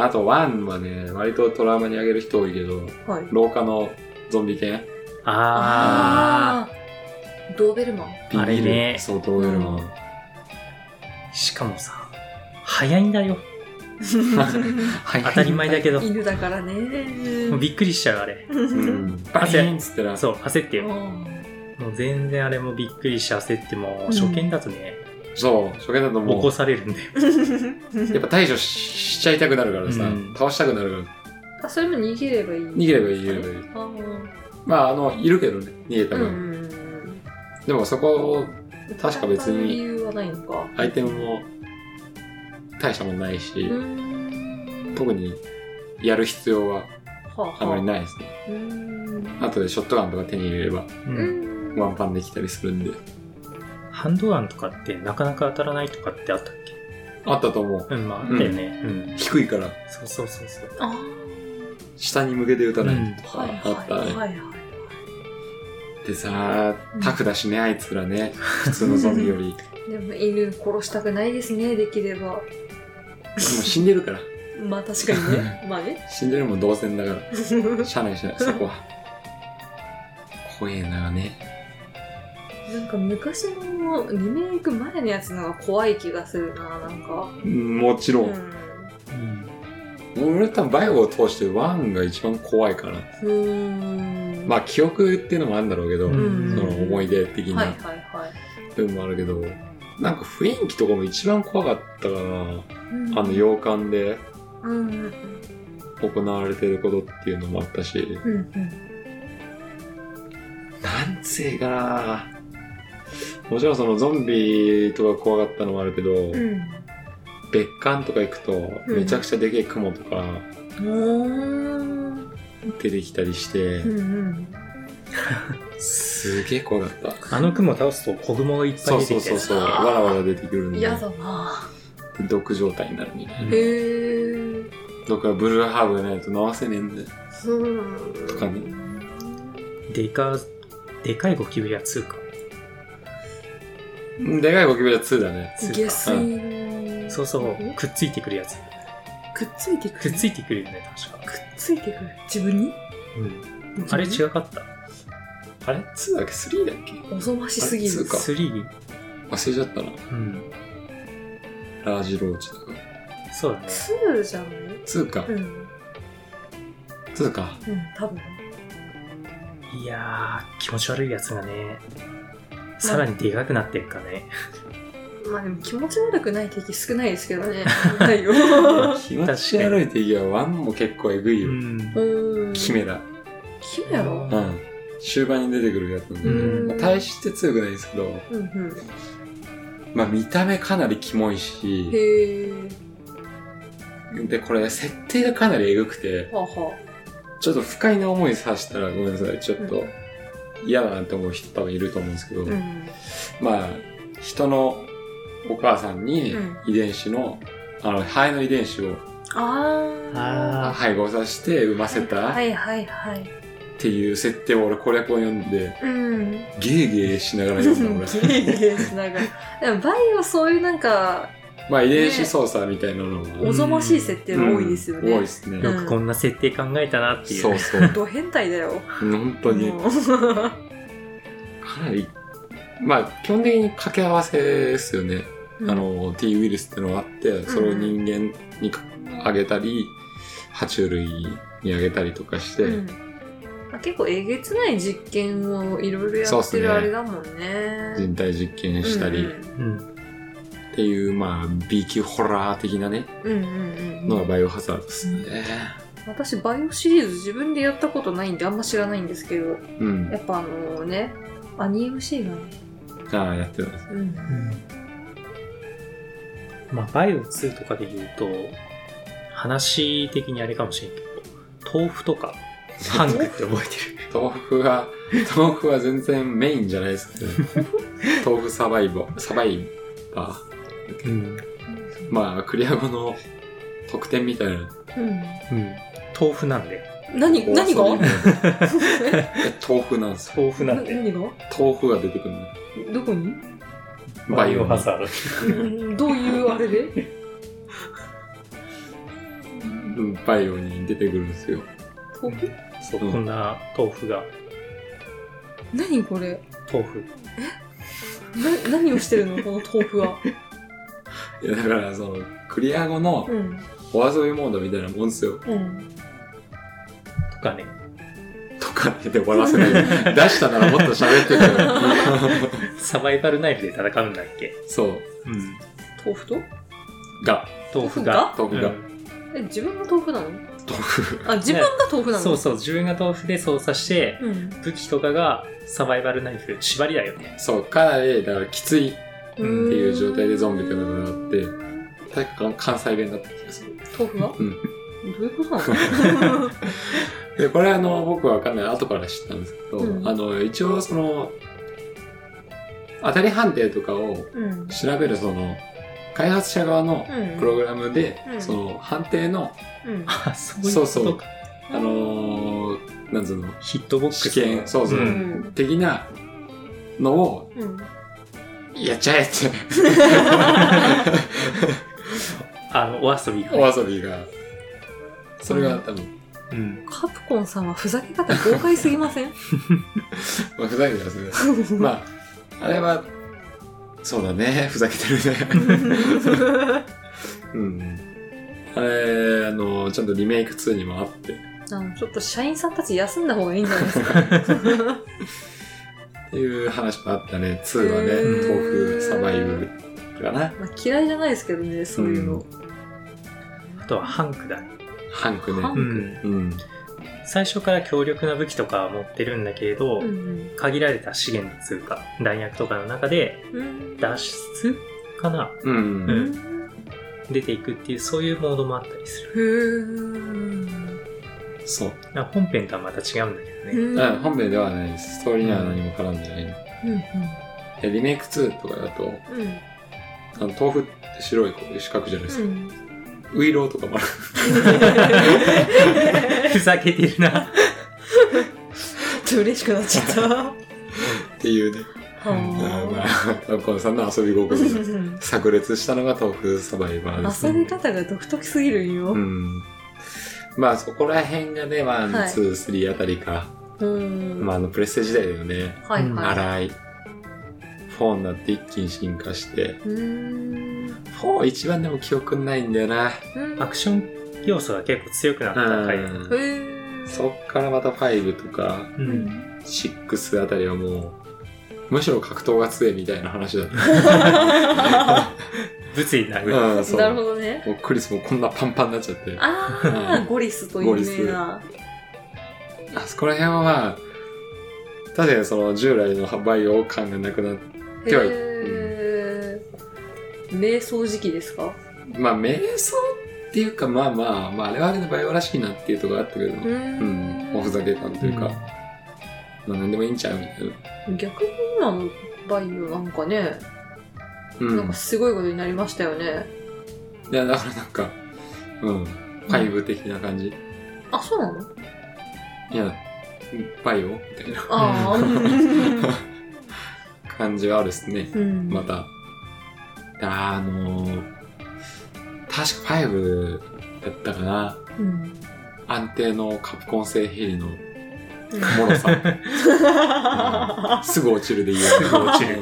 B: あと、ワンはね、割とトラウマにあげる人多いけど、
C: はい
B: 廊下のゾンビ犬
D: あ
C: ードーベルマン
D: あれね
B: そう、どういうの、
C: う
D: ー。しかもさ、早いんだよ。
B: はい
D: 当たり前 だけど。
C: 犬だからね
D: もうびっくりしちゃう、あれ。
B: うん。バセンっつってな。
D: そう、焦って。
C: う
D: もう全然あれもびっくりして焦っても、
C: ん
D: 初見だとね、
B: そう、初見だと
D: 起
B: も
D: こ
B: う、
D: されるんだよ。
C: ん
B: やっぱ対処ししちゃいたくなるからさ、
D: うん
B: 倒したくなるから、
C: あそれも逃げればいい
B: 逃げればいい、逃げればいい。
C: あー
B: まあ、あの、いるけどね、逃げた
C: う
B: 分。
C: んうんうん
B: でもそこを、確か別に
C: 理由はないのか。
B: アイテムも大したもんないし、
C: うーん。
B: 特にやる必要は
C: はあ、は
B: あまりないですね。
C: うーん。
B: あとでショットガンとか手に入れれば
D: う
C: うんん。
B: ワンパンできたりするんで。
D: ハンドガンとかってなかなか当たらないとかってあったっけ
B: あったと思う。
D: うん、まああったよね。うん。
B: 低いから
D: そうそうそうそう。
C: あ
B: 下に向けて打たないと
C: あ、
B: か
C: はい
B: あったね。
C: はいはいはい。
B: でさ、タフだしね、あいつらね。普通のゾンビより。で
C: でも犬殺したくないですね、できれば。
B: も死んでるから。
C: まあ確かに ね。まあね。
B: 死んでるも同然だから。しゃあないし ゃあない、そこは。怖えなね。
C: なんか昔のリメイク前のやつのが怖い気がするな、なんか。
B: もちろん。
C: う
D: うん。
B: 俺多分バイオを通してワンが一番怖いかな。
C: ん。
B: まあ記憶っていうのもあるんだろうけど、
D: うん
B: その思い出的
C: はいは
B: ない
C: はい。
B: 部分もあるけど、なんか雰囲気とかも一番怖かったかな。あの洋館で
C: うんうん
B: 行われてることっていうのもあったし、
C: うんうん
B: なんつえかな。もちろんそのゾンビとか怖かったのもあるけど、
C: うん。
B: 別館とか行くとめちゃくちゃでけえ雲とか
C: うん。
B: 出てきたりして、
C: うんうん。
B: すげえ怖かった。
D: あの雲倒すと子雲がいっぱ
B: そ
D: いう出て
B: そう
D: きた
B: そう
D: りす
B: そう、
D: る。
B: わらわら出てくるんで
C: 嫌、、だな
B: で毒状態になるみたいな。
D: うん
C: へえ。
B: 毒はブルーハーブないと治せねえんだよ。
C: うん。
B: とかね
D: でか、でかいゴキブリは通貨。
B: うんでかいゴキブリは2だね。
C: 下水。
D: そうそう
C: え、
D: くっついてくるやつ。
C: くっついてくる。
D: くっついてくるよね、確か。
C: くっついてくる。自分に
D: うん。あれ違かった。
B: あれ ?2 だっけ ?3 だっけ
C: おぞましすぎ
B: あれ
C: る
B: 通。か
D: 3、
B: 忘れちゃったな。
D: うん。
B: ラージローチとか。
D: そうだね。
C: ツーじゃない
B: 2か
C: う。ん。うん。
B: 2か。
C: 多分。
D: いやー、気持ち悪いやつがね、さらにでかくなっていくかね。
C: まあでも気持ち悪くない敵少ないですけど ね。ないよ。
B: 気持ち悪いって言うは1も結構えぐいうよ。
D: ん。
C: うん。
B: キメラ。
C: キメラうん
B: うん。終盤に出てくるやつなんで
D: うん
B: ね。まあ大して強くないですけど、
C: うん。
B: まあ見た目かなりキモいし、
C: へえ。
B: で、これ設定がかなりえぐくて、
C: はあは
B: ちょっと不快な思いさせたらごめんなさい。ちょっと
C: うん
B: 嫌だなって思う人多分いると思うんですけど、
C: あ。うん。
B: まあ、人のお母さんに
C: うん
B: 遺伝子の、あの、肺の遺伝子を
C: あ
D: あ
B: 配合させて産ませ
C: あ。
B: た
C: は
B: っ
C: いはいはい。
B: ていう設定を俺攻略を読ん で、
C: うん。
B: ゲーゲーしながら読んだ
C: ゲ
B: 俺。
C: ーゲーしながら。でもバイオそういうなんか、
B: まあ遺伝子操作みたいなの
C: お
B: も
C: ぞましい設定が多いですよね。
B: 多いです
D: ー
B: ね
C: う
D: よ
C: ん。
D: くこんな設定考えたなっていう。
B: そうそう。
C: ド変態だよ。
B: 本当に。
C: もう
B: かなり、まあ基本的に掛け合わせですよね。あ、の、T ウイルスってのがあって、それを人間にあげたり、爬虫類にあげたりとかして、
C: うんあ結構えげつない実験をいろいろや
B: そうっ
C: って
B: すね
C: るあれだもんね。
B: 人体実験したり、
D: うん。
B: っていう、まあ、B 級ホラー的なね、
C: うんうんうんうん
B: のがバイオハザードですね。
C: 私バイオシリーズ自分でやったことないんであんま知らないんですけど
B: うん。
C: やっぱあのねアニムシーがね、
B: ああ、やってます。
C: うん、
D: まあ、バイオ2とかで言うと、話的にあれかもしれんけど、豆腐とか、ハングって覚えてる。
B: 豆腐は、 豆腐は全然メインじゃないですけど、 豆腐サバイボ、サバイバー。
D: うん。
B: まあ、クリア後の特典みたいな。
C: う
D: うん。豆腐なんで。
C: ん、何何
B: そう いう
C: が
B: のえ豆腐なんですよ。
D: 豆腐なんで。
C: 何が
B: 豆腐が出てくるの。
C: どこに
B: バイオハ
D: ザード。
C: うんどういうあれで
B: うんバイオに出てくるんですよ。
C: 豆腐
D: そう、
B: うん
D: こんな豆腐が、
C: 何これ
D: 豆腐。
C: な何をしてるのこの豆腐は。
B: いや、だから、その、クリア後の
C: うん。
B: お遊びモードみたいなもんですよ。
C: うん。
D: とかね。
B: とかって終わらせない。出したならもっと喋ってたよ。
D: サバイバルナイフで戦うんだっけ
B: そう。
D: うん。
C: 豆腐と
B: が、
D: 豆腐が。
B: 豆腐が
D: うん
C: え、自分が豆腐なの
B: 豆腐。
C: あ、自分が豆腐なの
D: そうそう、自分が豆腐で操作して、
C: うん。
D: 武器とかがサバイバルナイフ、縛りだよね。
B: そう、かなり、だからきついっていう状態でゾンビから戦って、体育館関西弁だった気がする。
C: 豆腐が
B: うん
C: どういうことな の
B: で、これあの、僕はかなり後から知ったんですけど、
C: うん
B: あの、一応その、当たり判定とかを
C: うん。
B: 調べるその、開発者側の
C: うん
B: プログラムで、
C: うん
B: その、判定の、
C: うん。
D: あ、そういう
B: そう
D: こ
B: そ
D: と
B: う
D: か。、
B: あのー、なんつうの、
D: ヒットボックス
B: 試験、そうそう、
D: うん
B: 的なのを、
C: うん。
B: やっちゃえって、
D: あの、お遊びがね、
B: お遊びが。それが多分、
D: うん。
C: カプコンさんはふざけ方豪快すぎません
B: まあ、ふざけてます ね。 まあ、あれは、そうだね、ふざけてるね。うん。あれ、あの、ちゃんとリメイク2にもあって、
C: あのちょっと社員さんたち休んだ方がいいんじゃないですか。
B: っていう話もあったね。2は
C: へ
B: ね、
C: ー
B: 豆腐サバイブかな。
C: まあ、嫌いじゃないですけどね、そういうの。
D: あとはハンクだね。
B: ハンクね
C: ハ。ン
D: うん。
B: うん。
D: 最初から強力な武器とかは持ってるんだけれど、
C: うん
D: 限られた資源というか、弾薬とかの中で
C: うん。
D: 脱出かな
B: うん。
D: う
C: うんん。
D: 出ていくっていう、そういうモードもあったりする。
C: へー
B: そう。
D: あ本編とはまた違うんだけどね。
C: うん。
B: うん、本編ではないです。ストーリーには何も絡んでない。
C: うんうん
B: でリメイク2とかだと、
C: うん
B: あの豆腐って白いこう四角じゃないです
C: う
B: か。
C: ん
B: ウイローとかもある。
D: ふざけてるな。
C: ちょっと嬉しくなっちゃ った。は
B: っていうね。うんま
C: あ
B: あ、カプコンさんの遊び心が炸裂したのが豆腐サバイバーですね。
C: 遊び方が独特すぎるんよ。
B: うん。まあそこら辺がね、ワン、
C: はい
B: ツー、スリーあたりか。
C: うん。
B: まああのプレステ時代だよね。
C: はいはい。
B: 荒い。フォーになって一気に進化して。
C: うーん。
B: フォー一番でも記憶にないんだよな。
C: うん
D: アクション要素が結構強くなった回だ
B: うん。
D: ね。
C: へー
B: そっからまた5とか
D: う。
C: うん ん。
B: 6あたりはもう、むしろ格闘が強いみたいな話だ った。
D: 物理殴る。
B: うん、そう。
C: なるほどね。
B: もうクリスもこんなパンパンになっちゃって。
C: あ
B: うん
C: ー、 ゴリスと有名な。
B: あそこら辺はまあ、確かにその従来のバイオ感がなくなって、
C: へえ。瞑想時期ですか
B: まあ瞑想っていうかまあまあ、まああれはあれでバイオらしいなっていうところあったけど、
C: う
B: うん、おふざけ感というか、まあ何でもいいんちゃうみたいな。
C: 逆に今のバイオなんかね、
B: う
C: なん
B: ん
C: か。すごいことになりましたよね。
B: いや、だからなんか、うん、バイブ的な感じ。
C: あ、そうなの
B: いや、バイオみたいな
C: ああ。うん
B: 感じはあるっすね。
C: うん
B: また。あのー、確か5だったかな。
C: うん。
B: 安定のカプコン製ヘリの 脆さ。すぐ落ちるで言う。す
D: ぐ落ちる。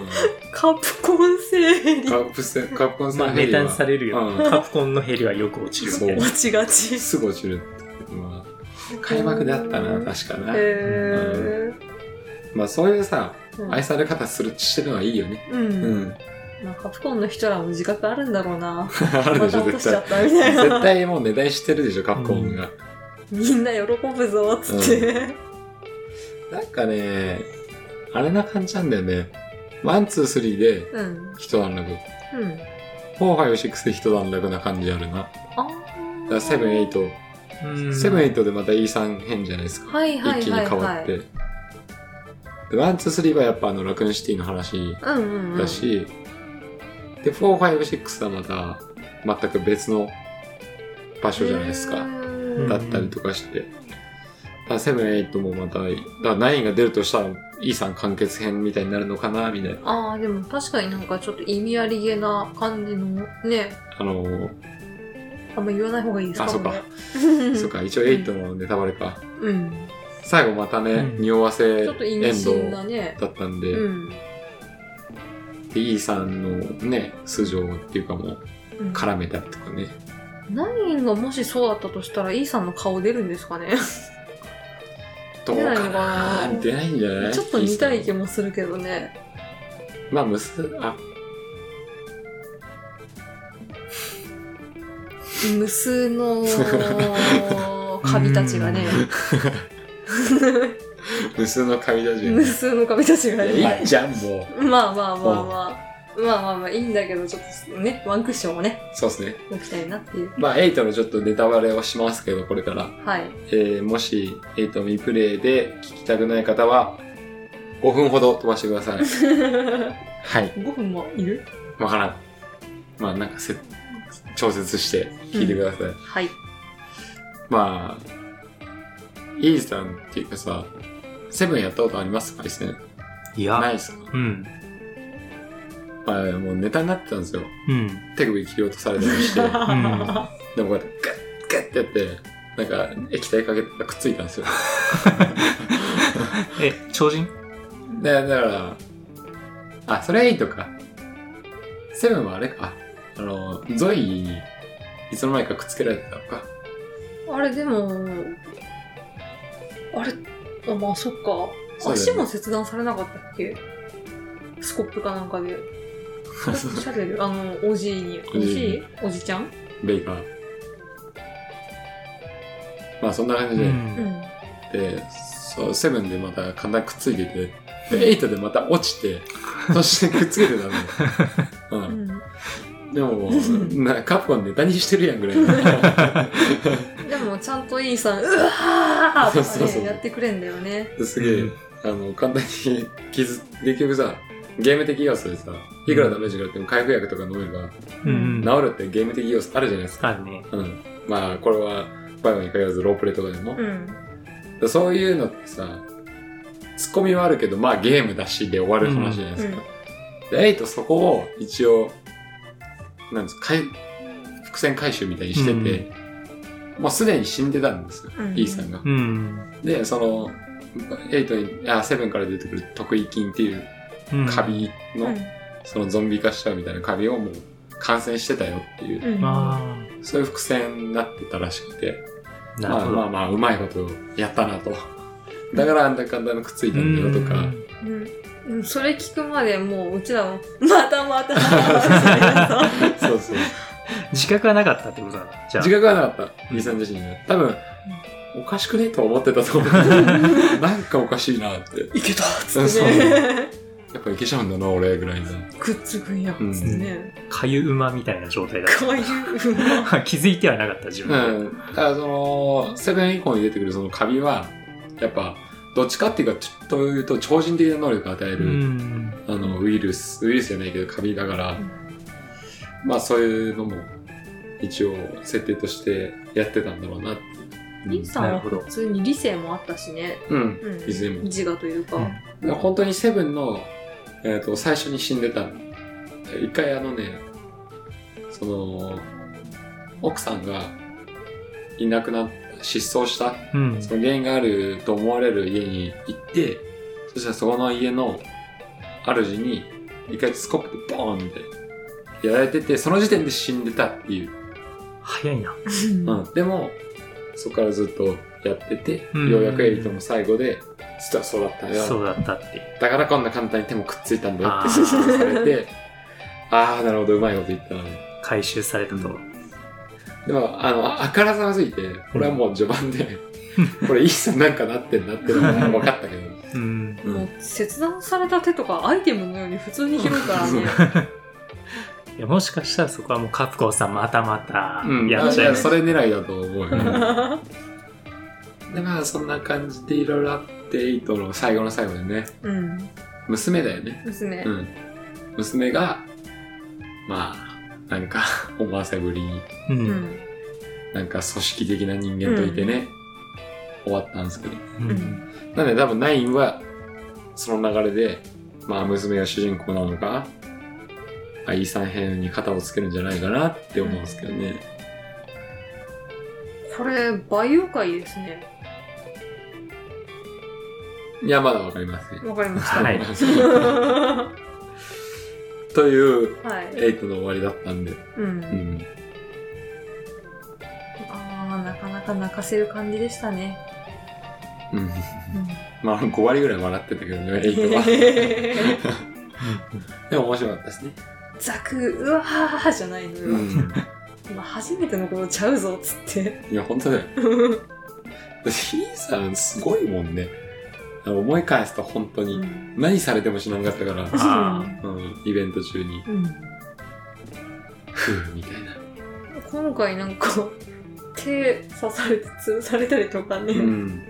C: カプコン製に
B: カプセカプコン製
D: まあ、
B: ヘ
D: ネ
B: リ
D: タにさ
B: は
D: れるよ。
B: うん
D: カプコンのヘリはよく落ちるみたいな。
B: そ
C: 落ちがち。
B: すぐ落ちるっていうのは。開幕であったな、確かな。
C: へ
B: まあそういうさ、
C: え。うん
B: 愛され方するしてるのはいいよね。
C: うん
B: うん。
C: まあ、カプコンの人らも自覚あるんだろうな。
B: ある
C: ま
B: でしたょ、
C: 落と
B: 絶
C: しちゃ
B: 対
C: っ。たみたいな。
B: 絶対もう値段してるでしょ、カプコンが。
C: みんな喜ぶぞ、つって。
B: なんかね、あれな感じなんだよね。ワン、ツー、スリーで
C: うん。
B: 一段落。
C: うん。
B: フォー、ファイブ、シックスで一段落な感じあるな。だか
C: あ
B: らセブン、エイ
C: ト。
B: ト。
D: うん
B: セブン、エイトでまた E3 変じゃないですか。
C: はいはい
B: 一気
C: はい、はい。
B: に変わって。でワン、ツー、スリーはやっぱあの、ラクーンシティの話
C: うんうん、うん。
B: だし、で、フォー、ファイブ、シックスはまた全く別の場所じゃないですか。
C: うん
B: だったりとかして。だからセブン、エイトもまた、だからナインが出るとしたら、イーサン完結編みたいになるのかな、みたいな。
C: ああ、でも確かになんかちょっと意味ありげな感じの、ね。
B: あのー、
C: あんま言わない方がいいです
B: あ、そっか
C: もね。
B: そっか、一応エイトのネタバレか。
C: うん。
B: 最後またね、
D: うん
B: 匂わせエン
C: ちょっと意味深な
B: ド
C: ね。
B: だったんで、
C: うん。
B: で、イーサンのね、素性っていうかも、
C: うん
B: 絡めたりとかね。
C: ナインがもしそうだったとしたら、イーさんの顔出るんですかね。
B: どうか
C: 出ないのか
B: な
C: な
B: 出ないんじゃない
C: ちょっと見たい
B: イーサ
C: 気もするけどね。
B: ンまあ、むす、あ、
C: 無数の神たちがね。
B: 無数の神だじゃん。
C: 無数の神たちが
B: いやい
C: ね。
B: いじゃん、も
C: まあまあまあまあ。まあまあまあいいんだけど、ちょっとね、ワンクッションをね、
B: そうですね。
C: 置きたいなっていう。
B: まあ、8のちょっとネタバレをしますけど、これから。
C: はい。
B: えーもし、8未プレイで聞きたくない方は、5分ほど飛ばしてく ださい。はい。
C: 5分もいる
B: わからん。まあ、なんかせ、調節して聞いてください。
C: はい。
B: まあ、イージさんっていうかさ、セブンやったことありますパイセン。
D: い
B: ない
D: や、
B: ですか
D: うん。
B: まあ、もうネタになってたんですよ。
D: うん。
B: 手首切り落とされた り して。
D: ん
B: でもこうやって、ガッ、ガッってやって、なんか、液体かけてくっついたんですよ。
D: え、超人
B: で、だから、あ、それはいいとか。セブンはあれか。あの、ゾイに、いつの間にかくっつけられてたの か。
C: あれでも、あれ、あまあそっか。
B: そうだよね
C: 足も切断されなかったっけスコップかなんかで。シャレルあの、おじいに。
B: お
C: お
B: じ
C: じ
B: い
C: いおじちゃん
B: ベイカー。まあ、そんな感
D: う
B: じで。
D: ん。
C: ん。
B: で、そう、セブンでまた体くっついてて、で、エイトでまた落ちて、そしてくっつけてたのよ。う。
C: うんん
B: でももう、なカプコンネタにしてるやんぐらいの。
C: でもちゃんとイー さん、うわ
B: そう
C: ー
B: そう
C: とか
B: そう
C: ね、やってくれんだよね。
B: すげえ、
D: うん
B: あの、簡単に傷、結局さ、ゲーム的要素でさ、いくらダメージがあっても回復薬とか飲めば、
D: うん。
B: 治るってゲーム的要素あるじゃないですか。
D: あるね。
B: うん。まあ、これは、バイオに限らずロープレとかでも
C: う。ん。
B: でそういうのってさ、ツッコミはあるけど、まあゲームだしで終わる話じゃないですか。で、エイトそこを一応、なんですか、回伏線回収みたいにしてて、もうすでに死んでたんですよ、
C: うん
B: E さんが。
D: うん。
B: で、その、エイトに、あ、セブンから出てくる特異菌っていう
D: うん
B: カ。ビの、
C: うん
B: そのゾンビ化しちゃうみたいなカビをもう感染してたよっていう、
C: うん
D: あ
B: そういう伏線になってたらしくて、
D: あ、なる
B: まあ
D: ほ
B: まあ
D: ど。
B: まあ、うまいことやったなと。だからあんな簡単にくっついたんだよとか、
C: うんうん。それ聞くまでもううちらも、 またまたまたまた
B: そうそう。
D: 自覚はなかったってことだな。じゃあ
B: 自。覚はなかった、イーさん自身が。多分、おかしくねとは思ってたと 思う。なんかおかしいなって。
C: いけたっつ
B: そ
C: っ
B: う
C: てね。
B: やっぱいけちゃうんだな、俺ぐらいの。
C: くっつくんやっつってね。
D: かゆ馬みたいな状態だ
C: こういう馬。
D: った。気づいてはなかった、自
B: う
D: 分で。
B: ん。だからその、セブン以降に出てくるそのカビは、やっぱ、どっちかっていうか、ちょっと言うと超人的な能力を与え
D: う
B: る、
D: ん。
B: あの、ウイルス、ウイルスじゃないけどカビだから、
C: ん
B: まあそういうのも、一応、設定としてやってたんだろうなって。
C: リンさ
D: なんる
C: は
D: ほど
C: 普通に理性もあったしね。
B: うん。
C: うん、
B: 理性も
C: 自我というか。
D: うん
B: でも本当にセブンの、えっ、と、最初に死んでた。一回あのね、その、奥さんがいなくなった、失踪した、
D: うん。
B: その原因があると思われる家に行って、そしたらそこの家の主に、一回スコップでボーンってやられてて、その時点で死んでたっていう。
D: 早いな。
B: うん、でも、そこからずっとやってて、
D: うん
B: ようやくエリートの最後で、実はそうだったよ。
D: そうだったって。
B: だからこんな簡単に手もくっついたんだよって
D: あー
B: 説明されて、ああ、なるほど、うまいこと言ったな。
D: 回収されたと。
B: でも、あの、ああからさまずいて、これはもう序盤で、これいいさんなんかなってんなってのが分かったけど。
D: うん。
B: う
C: も
B: ん
C: う切断された手とかアイテムのように普通に拾うからね。
D: いや、もしかしたらそこはもうカプコンさんまたまた
B: うん、
D: やっちゃい
B: あ
D: ま
B: そ
D: す。
B: れ狙いだと思うよ。
C: う
B: で、まあ、そんな感じでいろいろあって、エイトの最後の最後でね、
C: ん。
B: 娘だよね。
C: 娘。
B: うん。娘が、まあ、なんか、 思わせぶりに、
D: う。
C: うんん。
B: なんか組織的な人間といてね、終わったんですけど。
D: うん。
B: なんで多分ナインは、その流れで、まあ娘が主人公なのか、あイーサン編に肩をつけるんじゃないかなって思うんですけどね。
C: これ、バイオ界ですね。
B: いや、まだわかりません。
C: わかりまし
D: は い
C: は
B: という、
C: い。
B: エイトの終わりだったんで。
C: う。
B: うんん。
C: ああ、なかなか泣かせる感じでしたね。
B: うん。
C: う ん
B: まあ5割ぐらい笑ってたけどね、エイトは。 でも面白かったですね。
C: ザク、うわーじゃないのよ。
B: うん。
C: 今初めてのことちゃうぞっつって。
B: いや、本当だよ。だってイーサンすごいもんね。あの思い返すと本当に
C: ん
B: 何されても知らんかったから、
D: あ
B: うん、イベント中に、ふぅ、みたいな。
C: 今回なんか手刺されて潰されたりとかね、
B: うん。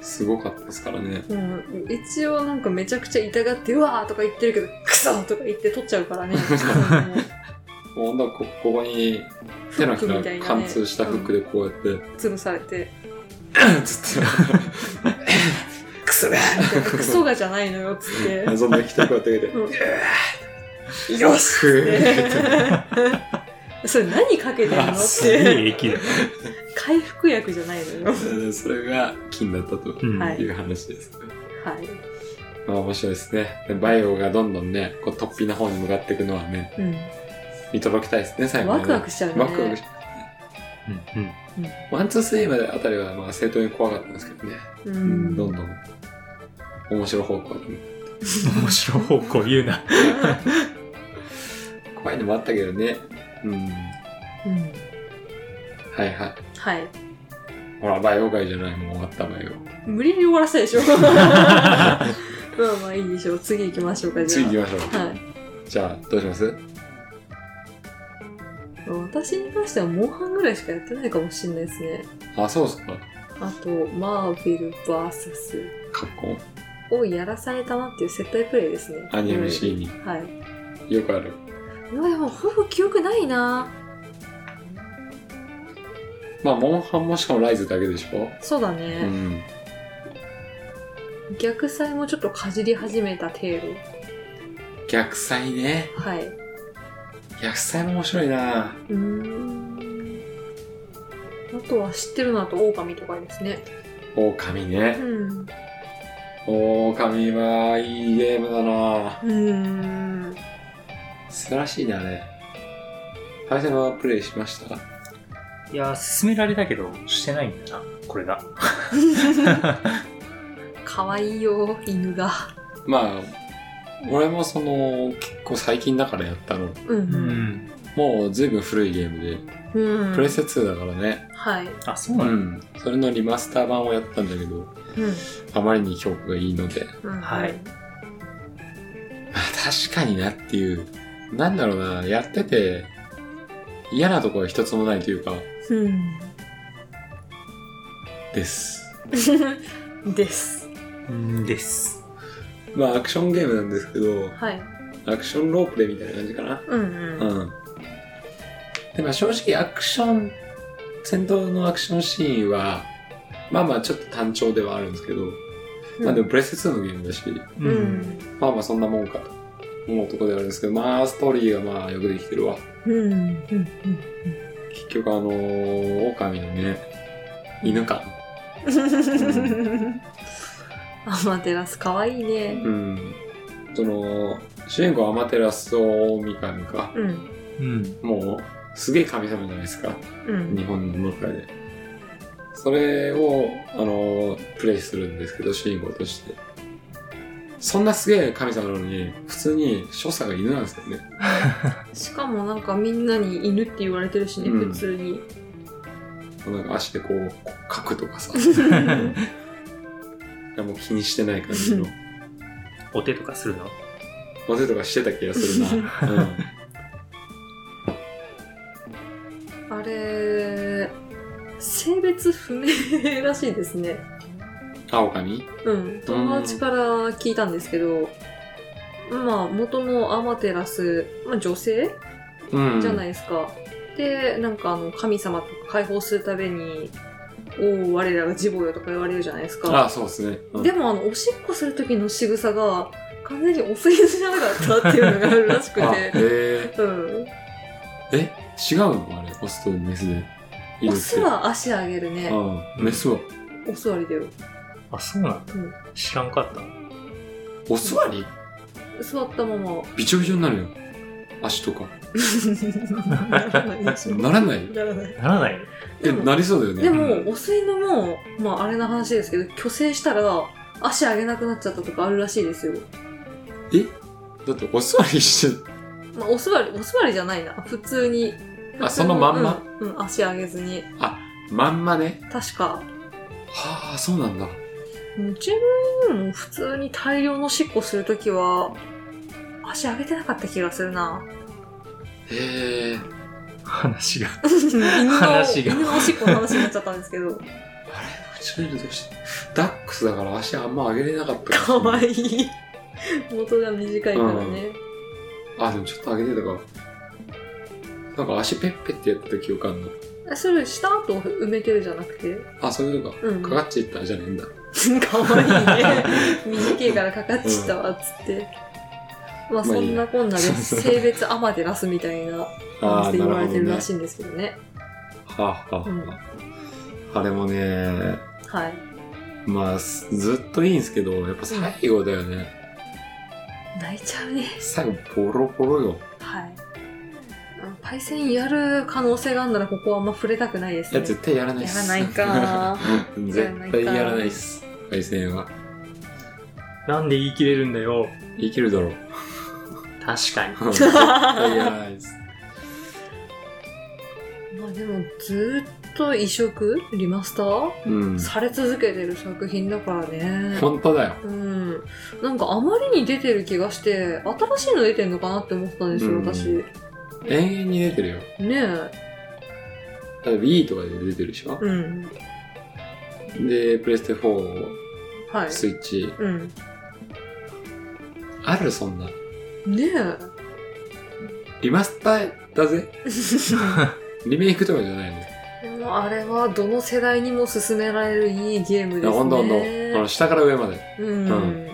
B: すごかったですからね。
C: うん一応なんかめちゃくちゃ痛がって「うわ!」とか言ってるけど「クソ!」とか言って取っちゃうから ね
B: ほんとこ、ここに手のひら貫通したフックでこうやって、
C: 潰されて
B: つ って、クソだ
C: 「クソがじゃないのよ」っつって
B: そんな人こうやってあげて、
C: 「よし!」って それ何かけてるの
B: あ
C: っ
D: すげえ
C: て
D: 駅だ、
C: 回復薬じゃないのよ
B: うんそれが金だったと
D: うん
C: はい
B: いう話です。
C: はい、
B: まあ面白いですね。でバイオがどんどんね、こう突飛な方に向かっていくのはね、
C: う
B: 見届けたいですね、
C: ん、
B: 最後ま
C: ワ
B: で
C: クワクしちゃうね
B: ワクワクし
D: うんうん
B: ワン、ツー、スリーまであたりは、まあ、正当に怖かったんですけどね。
C: う
B: うんん、どんどん、面白い方向に。
D: 面白い方向言うな
B: 怖いのもあったけどね。うん。
C: うん
B: はいはい。
C: はい
B: ほら、バイオ界じゃない、もう終わったバイオ。
C: 無理に終わらせたでしょ まあまあいいでしょう次行きましょうかじゃ
B: 次
C: あ
B: 行きましょう。
C: はい
B: じゃあ、どうします
C: 私に関してはモンハンぐらいしかやってないかもしれないですね
B: あ、そうっすか。
C: あとマーベル VS
B: カッコン
C: をやらされたなっていう接待プレイですね
B: アニメシーンに。
C: うんはい
B: よくある。
C: いやでもほぼ記憶ないな
B: まあ、モンハンもしかもライズだけでしょ
C: そうだ
B: う
C: ね、
B: ん。
C: 逆サイもちょっとかじり始めた程度
B: 逆祭ね。
C: はい
B: 逆祭も面白いな
C: うーんあとは知ってるのだと狼とかですね
B: 狼
C: う
B: ね。
C: んう
B: 狼は、いいゲームだな
C: ーん
B: 素晴らしいね、あれ。対戦はプレイしました
D: いやー勧められたけどしてないんだなこれが
C: かわいいよ犬が
B: まあ、俺もその、結構最近だからやったの。
C: う
D: うんん
B: もう随分古いゲームで、
C: うん、うん、
B: プレステ2だからね。
C: はい、
D: あそう
B: う
D: なんだ、
B: ん。それのリマスター版をやったんだけど、
C: うん
B: あまりに評価がいいので、ま
C: うん、
D: はい
B: あ確かになっていう、なんだろうな、やってて、嫌なところが一つもないというか、
C: う
B: です。
C: ん です
D: うんです
B: まあアクションゲームなんですけど、
C: はい
B: アクションロープレイみたいな感じかな。
C: うんうん
B: うん。で、まあ正直アクション、戦闘のアクションシーンは、まあまあちょっと単調ではあるんですけど、まあでもプレステ2のゲームだし、
D: う
C: うんん
B: まあまあそんなもんかと思うとこではあるんですけど、まあストーリーがまあよくできてるわ。
C: うんうん
B: 結局あのー、狼のね、犬か。
C: うん アマテラスかわいいね
B: うん。その、主人公アマテラスを大神か。
C: うん
D: うん
B: もう、すげえ神様じゃないですか。
C: うん
B: 日本の中で。それを、あのー、プレイするんですけど、主人公として。そんなすげえ神様なのに、普通に所作が犬なんですよね。
C: しかもなんかみんなに犬って言われてるしね、
B: うん
C: 普通 に
B: なんか足でこう、こう書くとかさ。いやもう気にしてない 感じの。
D: お手とかするの
B: 混ぜとかしてた気がするな。うん。
C: あれ性別不明らしいですね
B: 青髪
C: うん友達から聞いたんですけどまあ元のアマテラス、まあ、女性
B: うん
C: じゃない
B: い。
C: ですか。で、なんかあの、神様とか解放するために、おお、我らが自暴よとか言われるじゃないです
B: あ
C: か。
B: あ、そうですね。うん
C: でも、あの、おしっこする時の仕草が、完全にお世辞じゃなかったっていうのがあるらしく
B: あ
C: て。
B: え
C: うん。
B: ー、え、違うのあれ、オスとメスで。
C: オスは足上げるね。
B: うん、メスは。
C: お座りだよ。
D: あそうなんだ、
C: うん
D: 知らんかった
B: お座り
C: 座ったま ま。
B: びちょびちょになるよ。足とか。
C: ならないでしょ
B: ならない
C: ならない。
D: ならない
B: え、
C: でも
B: なりそうだよね。
C: でも、お吸いのも、まあ、あれの話ですけど、虚勢したら、足上げなくなっちゃったとかあるらしいですよ。
B: えだって、お座りして、
C: まあ、お座り、お座りじゃないな。普通に。
B: あ
C: 普通
B: そのまんま、
C: うん、うん足上げずに。
B: まんまね。
C: 確か。
B: はあ、そうなんだ。
C: 自分も普通に大量のしっこするときは、足上げてなかった気がする な。
B: へえ。
D: 話が。
C: 犬の、
D: 話が
C: 犬のおしっこの話になっちゃったんですけど。
B: あれうちの犬どうしてダックスだから足あんま上げれなかった
C: かわ
B: い。
C: いい。元が短いからね。
B: あ、でもちょっと上げてたか。なんか足ペッペってやってた記憶あんの。
C: あそれ、下と埋めてるじゃなくて。
B: あ、そういうのか。
C: うん。
B: かかっちゃったじゃねえんだ。
C: かわいいね。短いからかかっちったわ、つって。まあ、
B: まあ
C: そ
B: いい
C: ん
B: や
C: なこんなで、性別アマテラスみたいな
B: あ
C: 感
B: あ、
C: じで
B: な
C: 言
B: る
C: わ
B: ほ
C: れ
B: ど
C: てる
B: ね。
C: らしいんですけどね。
B: はあ、はあ
C: うん
B: はあ、あれもね、
C: はい。
B: まあ、すずっといいんですけど、やっぱ最後だよね。
C: 泣いちゃうね。
B: 最後、ボロボロよ。
C: はい。あパイセンやる可能性があるなら、ここはあんま触れたくないです
B: いや、
C: ね。
B: 絶対やらないっす。
C: やらないか
B: 絶対やらないっす。対戦は。
D: なんで言い切れるんだよ。
B: 生きるだろう。
D: 確かに。
B: 絶対やらないっす。
C: まあでも、ずーっと移植リマスター、
B: うん。
C: され続けてる作品だからね。
B: 本当だよ。
C: うん、なんかあまりに出てる気がして新しいの出てんのかなって思ったんですよ、
B: うん
C: 私ね
B: 永遠に出てるよ。
C: え
B: だって Wii とかで出てるでしょ、
C: うん
B: で、プレステ4、
C: はい
B: スイッチ。
C: うん
B: あるそんな。
C: ね
B: リマスターだぜ。リメイクとかじゃないの。
C: えでもあれはどの世代にも勧められるいいゲーム
B: い
C: ですね
B: やほんとほんと。あの、下から上まで。
C: うん、
B: う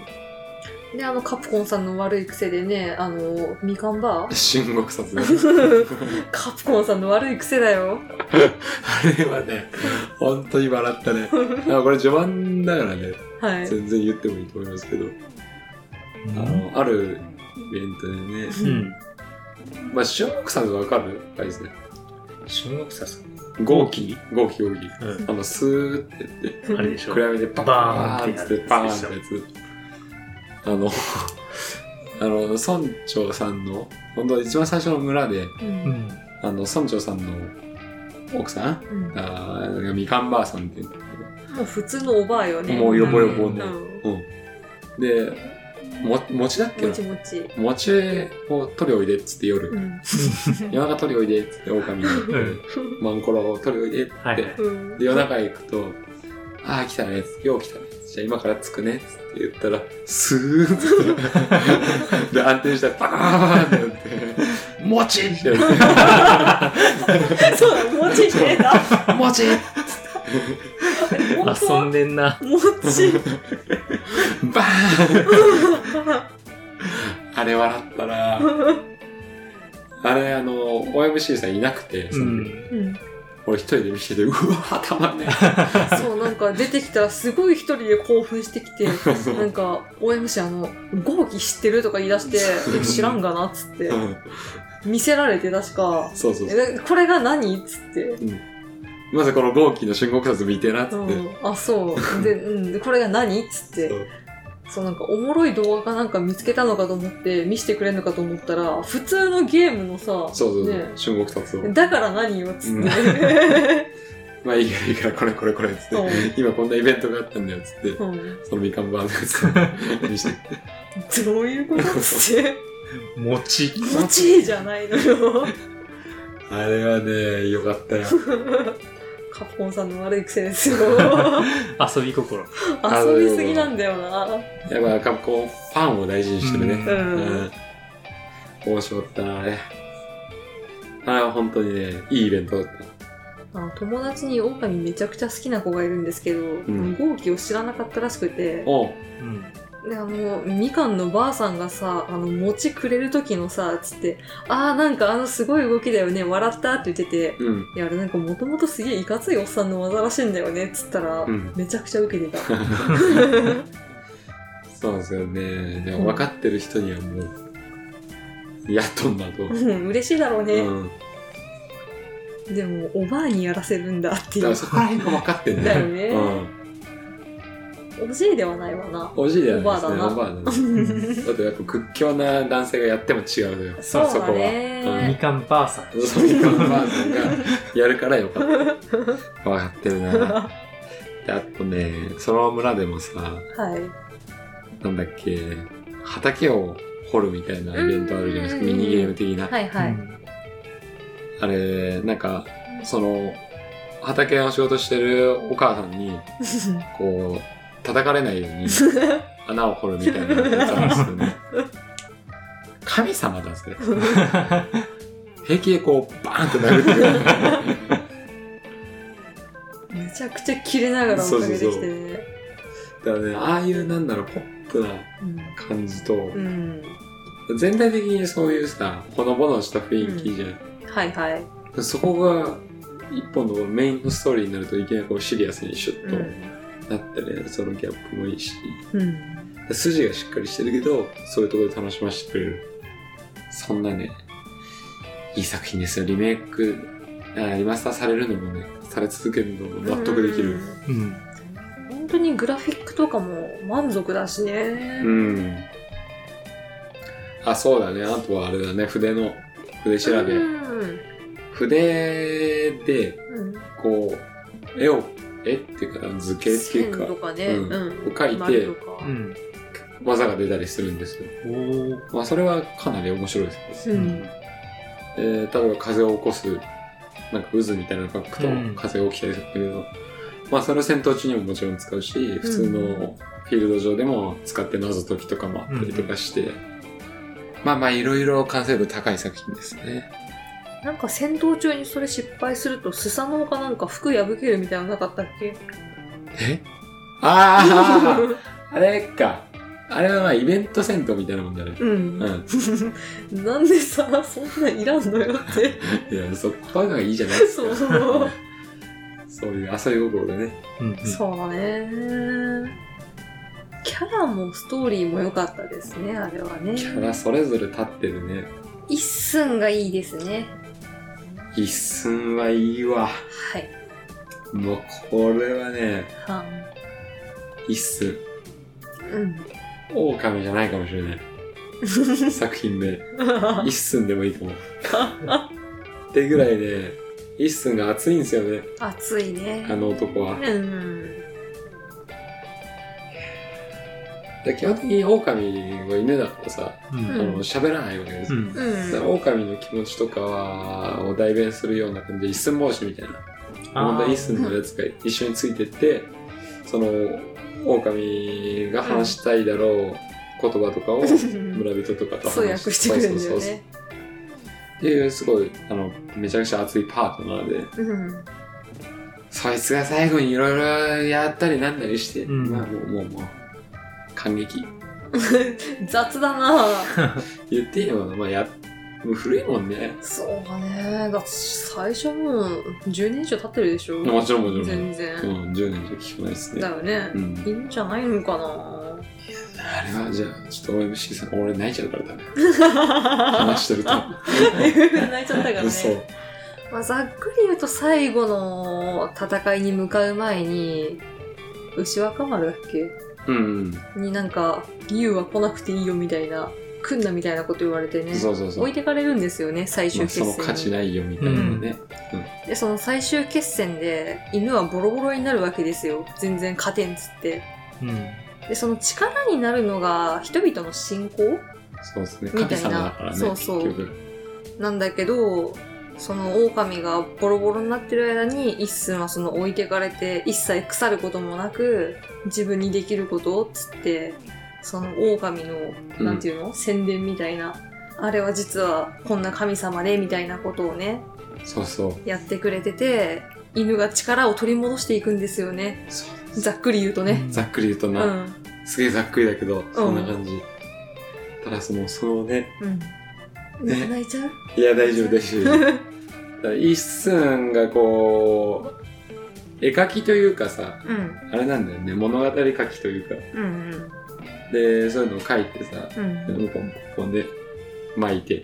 C: であのカプコンさんの悪い癖でねあのみかんバー
B: 新国 殺ね。
C: カプコンさんの悪い癖だよ
B: あれはね、本当に笑ったね。あこれ序盤だからね、
C: はい
B: 全然言ってもいいと思いますけど、
D: う
B: あ
D: ん。
B: の、あるイベントでね、まあ、春国さんわかるあれですね。
D: 中国さん。
B: 合気合気合気。
D: うん。
B: あの、スーってやって、
D: あれでしょ。
B: 暗闇でパ
D: バ
B: バ
D: ーン
B: ー
D: っ
B: ン
D: て
B: って
D: やつ
B: バーンってやつ。あの、あの、 村長さんの、本当一番最初の村で、
C: う
D: うんん。
B: あの、村長さんの奥さん
C: うんも
B: あーみかんばあさんって言うんだけど
C: う普通のおばあよね
B: もう
D: よ
B: ヨ
D: ぼ
B: ボ
D: よ
B: ヨ
D: ぼ
B: ボ
C: う
B: ね。
C: ん
B: うん。で、も、餅だっけ
C: も
B: な
C: ちもち
B: 餅を取りおいでっつって
C: う
B: 夜。
C: ん
B: 夜中取りおいでっつって 狼に。
D: ん
B: マンコロを取りおいでって。
D: はいはい
C: うん
B: で、夜中行くと、ああ、来たねっつって。よう来たねっつって。じゃあ今から着くねっつって言ったら、スーッつって。で、安定したらバーンってなって、餅って言って、
C: そうだ、 もちしてた。
B: 餅
C: 本当
D: 遊んでんな。
C: もち。
B: バーンあれ笑ったなあれ、あの、OMC さんいなくて、その時
C: うん
B: 俺一人で見てて、うわ、たまんね
C: そう、なんか出てきたらすごい一人で興奮してき て、なんか、OMC あの、ゴーキ知ってるとか言い出して、え知らんがなっつって
B: え。う、ん
C: 見せられて確か、
B: そうそうそう。
C: えこれが何っつって。
B: まずこの豪気の春国殺見てなっつ
C: う
B: って。
C: ん、あ、そう。で、うん、でこれが何っつって
B: そ。う
C: そう、なんか、おもろい動画かなんか見つけたのかと思って、見せてくれるのかと思ったら、普通のゲームのさ、
B: そうそうそう、
C: ね
B: 春国殺を。
C: だから何よっつっ
B: う
C: て
B: ん。まあいいからいいから、これこれこれっつ
C: そう
B: って。今こんなイベントがあったんだよっつって。
C: うん
B: そのみかんバーンのや つ見せて。
C: どういうこと って。
D: 餅。
C: 持ちいいじゃないのよ。
B: あれはね、よかったよ。
C: カプコンさんの悪い癖です よ。遊
D: 遊び心。
B: あ
C: びすぎなんだよな。
B: やっぱ、こう、ファンを大事にしてる
D: う
B: ね。
C: うん
B: う。ん。面白かったな、あれ。あれは本当にね、いいイベントだった。
C: あ友達に狼めちゃくちゃ好きな子がいるんですけど、
B: ん
C: ゴーキを知らなかったらしくて、
B: おう
D: うん。
C: で、あの、みかんのばあさんがさ、あの、餅くれる時のさ、つって、あーなんかあのすごい動きだよね、笑ったって言ってて、
B: うん。
C: いや、あれなんかもともとすげえいかついおっさんの技らしいんだよね、つったら、
B: うん。
C: めちゃくちゃ受けて た。
B: そうなんですよね。で
C: うん
B: も分かってる人にはもう、やっとんだと。う
C: うん、嬉しいだろうね。
B: ん。
C: でも、おばあにやらせるんだってい
B: だから
C: う。
B: そこら辺が分かってん
C: だ
B: だ
C: よ
B: よ。
C: ね
B: うん。
C: おじいではないわな。
B: おじいだよね。
C: おばあだな
B: おばあだな。だってやっぱ屈強な男性がやっても違うのよ。
C: そう
B: そ
C: だ
B: こ
D: み
C: ね。
D: かんばあさん。
B: は。 そういうおばあさんがやるからよかった。分かってるな。であとねその村でもさ
C: はい。
B: なんだっけ畑を掘るみたいなイベントあるじゃないですか
C: うん
B: ミニゲーム的な、
C: はいはい。
B: あれなんかその畑の仕事してるお母さんにこう叩かれないよう に穴を掘るみたいなやつあるんですよね神様だ ぜ平気でこうバーンって殴ってくる
C: めちゃくちゃ切れながら追っかけてきてね。
B: だからね、ああいうなんだろう、ポップな感じと、
C: うん。
B: 全体的にそういうさ、ほのぼのした雰囲気じゃん。
C: はいはい。
B: そこが、一本のメインのストーリーになるといきなりこうシリアスにシュ
C: うん
B: ッ。となってね、そのギャップもいいし、
C: うん。
B: 筋がしっかりしてるけど、そういうところで楽しませてくれる。そんなね、いい作品ですよ。リメイク、あリマスターされるのもね、され続けるのも納得できる。
D: うん。
C: うん。本当にグラフィックとかも満足だしね。
B: うん。あ、そうだね。あとはあれだね。筆の、筆調べ。
C: うん
B: 筆で、
C: うん。
B: こう、絵を、絵っていうか、図形ってい
C: 線と
B: うか、
C: かね。
B: うん
C: うん。
B: を書いて
C: 丸とか
D: うん。
B: 技が出たりするんですよ。
D: おー
B: まあ、それはかなり面白いです。
C: う
B: え
C: ん。
B: ー例えば風を起こす、なんか渦みたいなのを書くと
D: うん、
B: 風が起きたりするんだけど、まあ、それを戦闘中にももちろん使うし、普通のフィールド上でも使って謎解きとかもあったりとかして、まあまあ、いろいろ完成度高い作品ですね。
C: なんか戦闘中にそれ失敗すると、スサノオかなんか服破けるみたいなのなかったっけ
B: えあ ああれか。あれはまあイベント戦闘みたいなもんじゃない。
C: うん。
B: うん。
C: なんでさ、そんなんいらんのよって。
B: いや、そこがいいじゃないです
C: そ
B: か。
C: う。
B: そういう遊び心でね。
D: うんうん
C: そうだね。キャラもストーリーも良かったですね、あれはね。
B: キャラそれぞれ立ってるね。
C: 一寸がいいですね。
B: 一寸はいいわ。
C: はい。
B: もうこれはね、
C: は
B: 一寸。
C: ん。うん。
B: 狼じゃないかもしれ ない。作品名。一寸でもいいと思う。ってぐらいね、一寸が熱いんですよね。
C: 熱いね
B: あ。の男
C: う
B: は。
C: ん。
B: で基本的に狼は犬だからさ、
D: うん
B: あの喋らないわけですよ。
D: うん
C: うん。
B: オオカミの気持ちとかはを代弁するような感じで一寸法師みたいな問題一寸のやつが一緒についてってそのオオカミが話したいだろう言葉とか を村人とかと
C: そう
B: 話
C: 訳してくれるんだ
B: そう
C: よ
B: そうそう
C: ね。
B: っていうすごいあのめちゃくちゃ熱いパートナーで
C: うん。
B: そいつが最後にいろいろやったりなんだりして、
D: うん
B: まあもうもうもう感激
C: 雑だな
B: 言っていいのかなまあやもう古いもんね
C: そうだね。だって最初もう10年以上経ってるでしょ。
B: もちろんもちろ
C: 全
B: んう
C: 然。
B: ん10年じゃ聞かないですね
C: だよね
B: う。ん
C: いいんじゃないのかな
B: あれはじゃあ、ちょっと OMC さん、俺泣いちゃうからだ ね。話してると。
C: 泣いちゃったからね。
B: 嘘。
C: まあ、ざっくり言うと最後の戦いに向かう前に牛若丸だっけ
B: うん、
C: になんか「竜は来なくていいよ」みたいな「来んな」みたいなこと言われて
B: う
C: ね
B: ん。そうそうそう。
C: 置いてかれるんですよね最終
B: まあ
C: 決
B: その価値
C: 戦に、
B: ないよみたいなね。
C: でその最終決戦で犬はボロボロになるわけですよ全然勝てんっつって
D: うん
C: でその力になるのが人々の信仰
B: そうですね。
C: みた
B: 神
C: いな
B: 様だからね、
C: そうそう
B: 結局。
C: なんだけどその狼がボロボロになってる間に一寸はその置いてかれて一切腐ることもなく自分にできることをっつってその狼の
B: うん
C: なんていうの、宣伝みたいなあれは実はこんな神様でみたいなことをね
B: そうそう。
C: やってくれてて犬が力を取り戻していくんですよね
B: そう
C: ざっくり言うとね。
B: ざっくり言うと
C: う
B: な、
C: ん
B: すげえざっくりだけど、そんな感じ。ただその、そのね、
C: うん
B: ね
C: 泣いちゃう
B: いや大丈夫 大丈夫。だから一寸がこう、絵描きというかさ、
C: うん
B: あれなんだよね、物語描きというか。
C: うんうん
B: で、そういうのを描いてさ、
C: うん
B: 向こうもここで巻いて。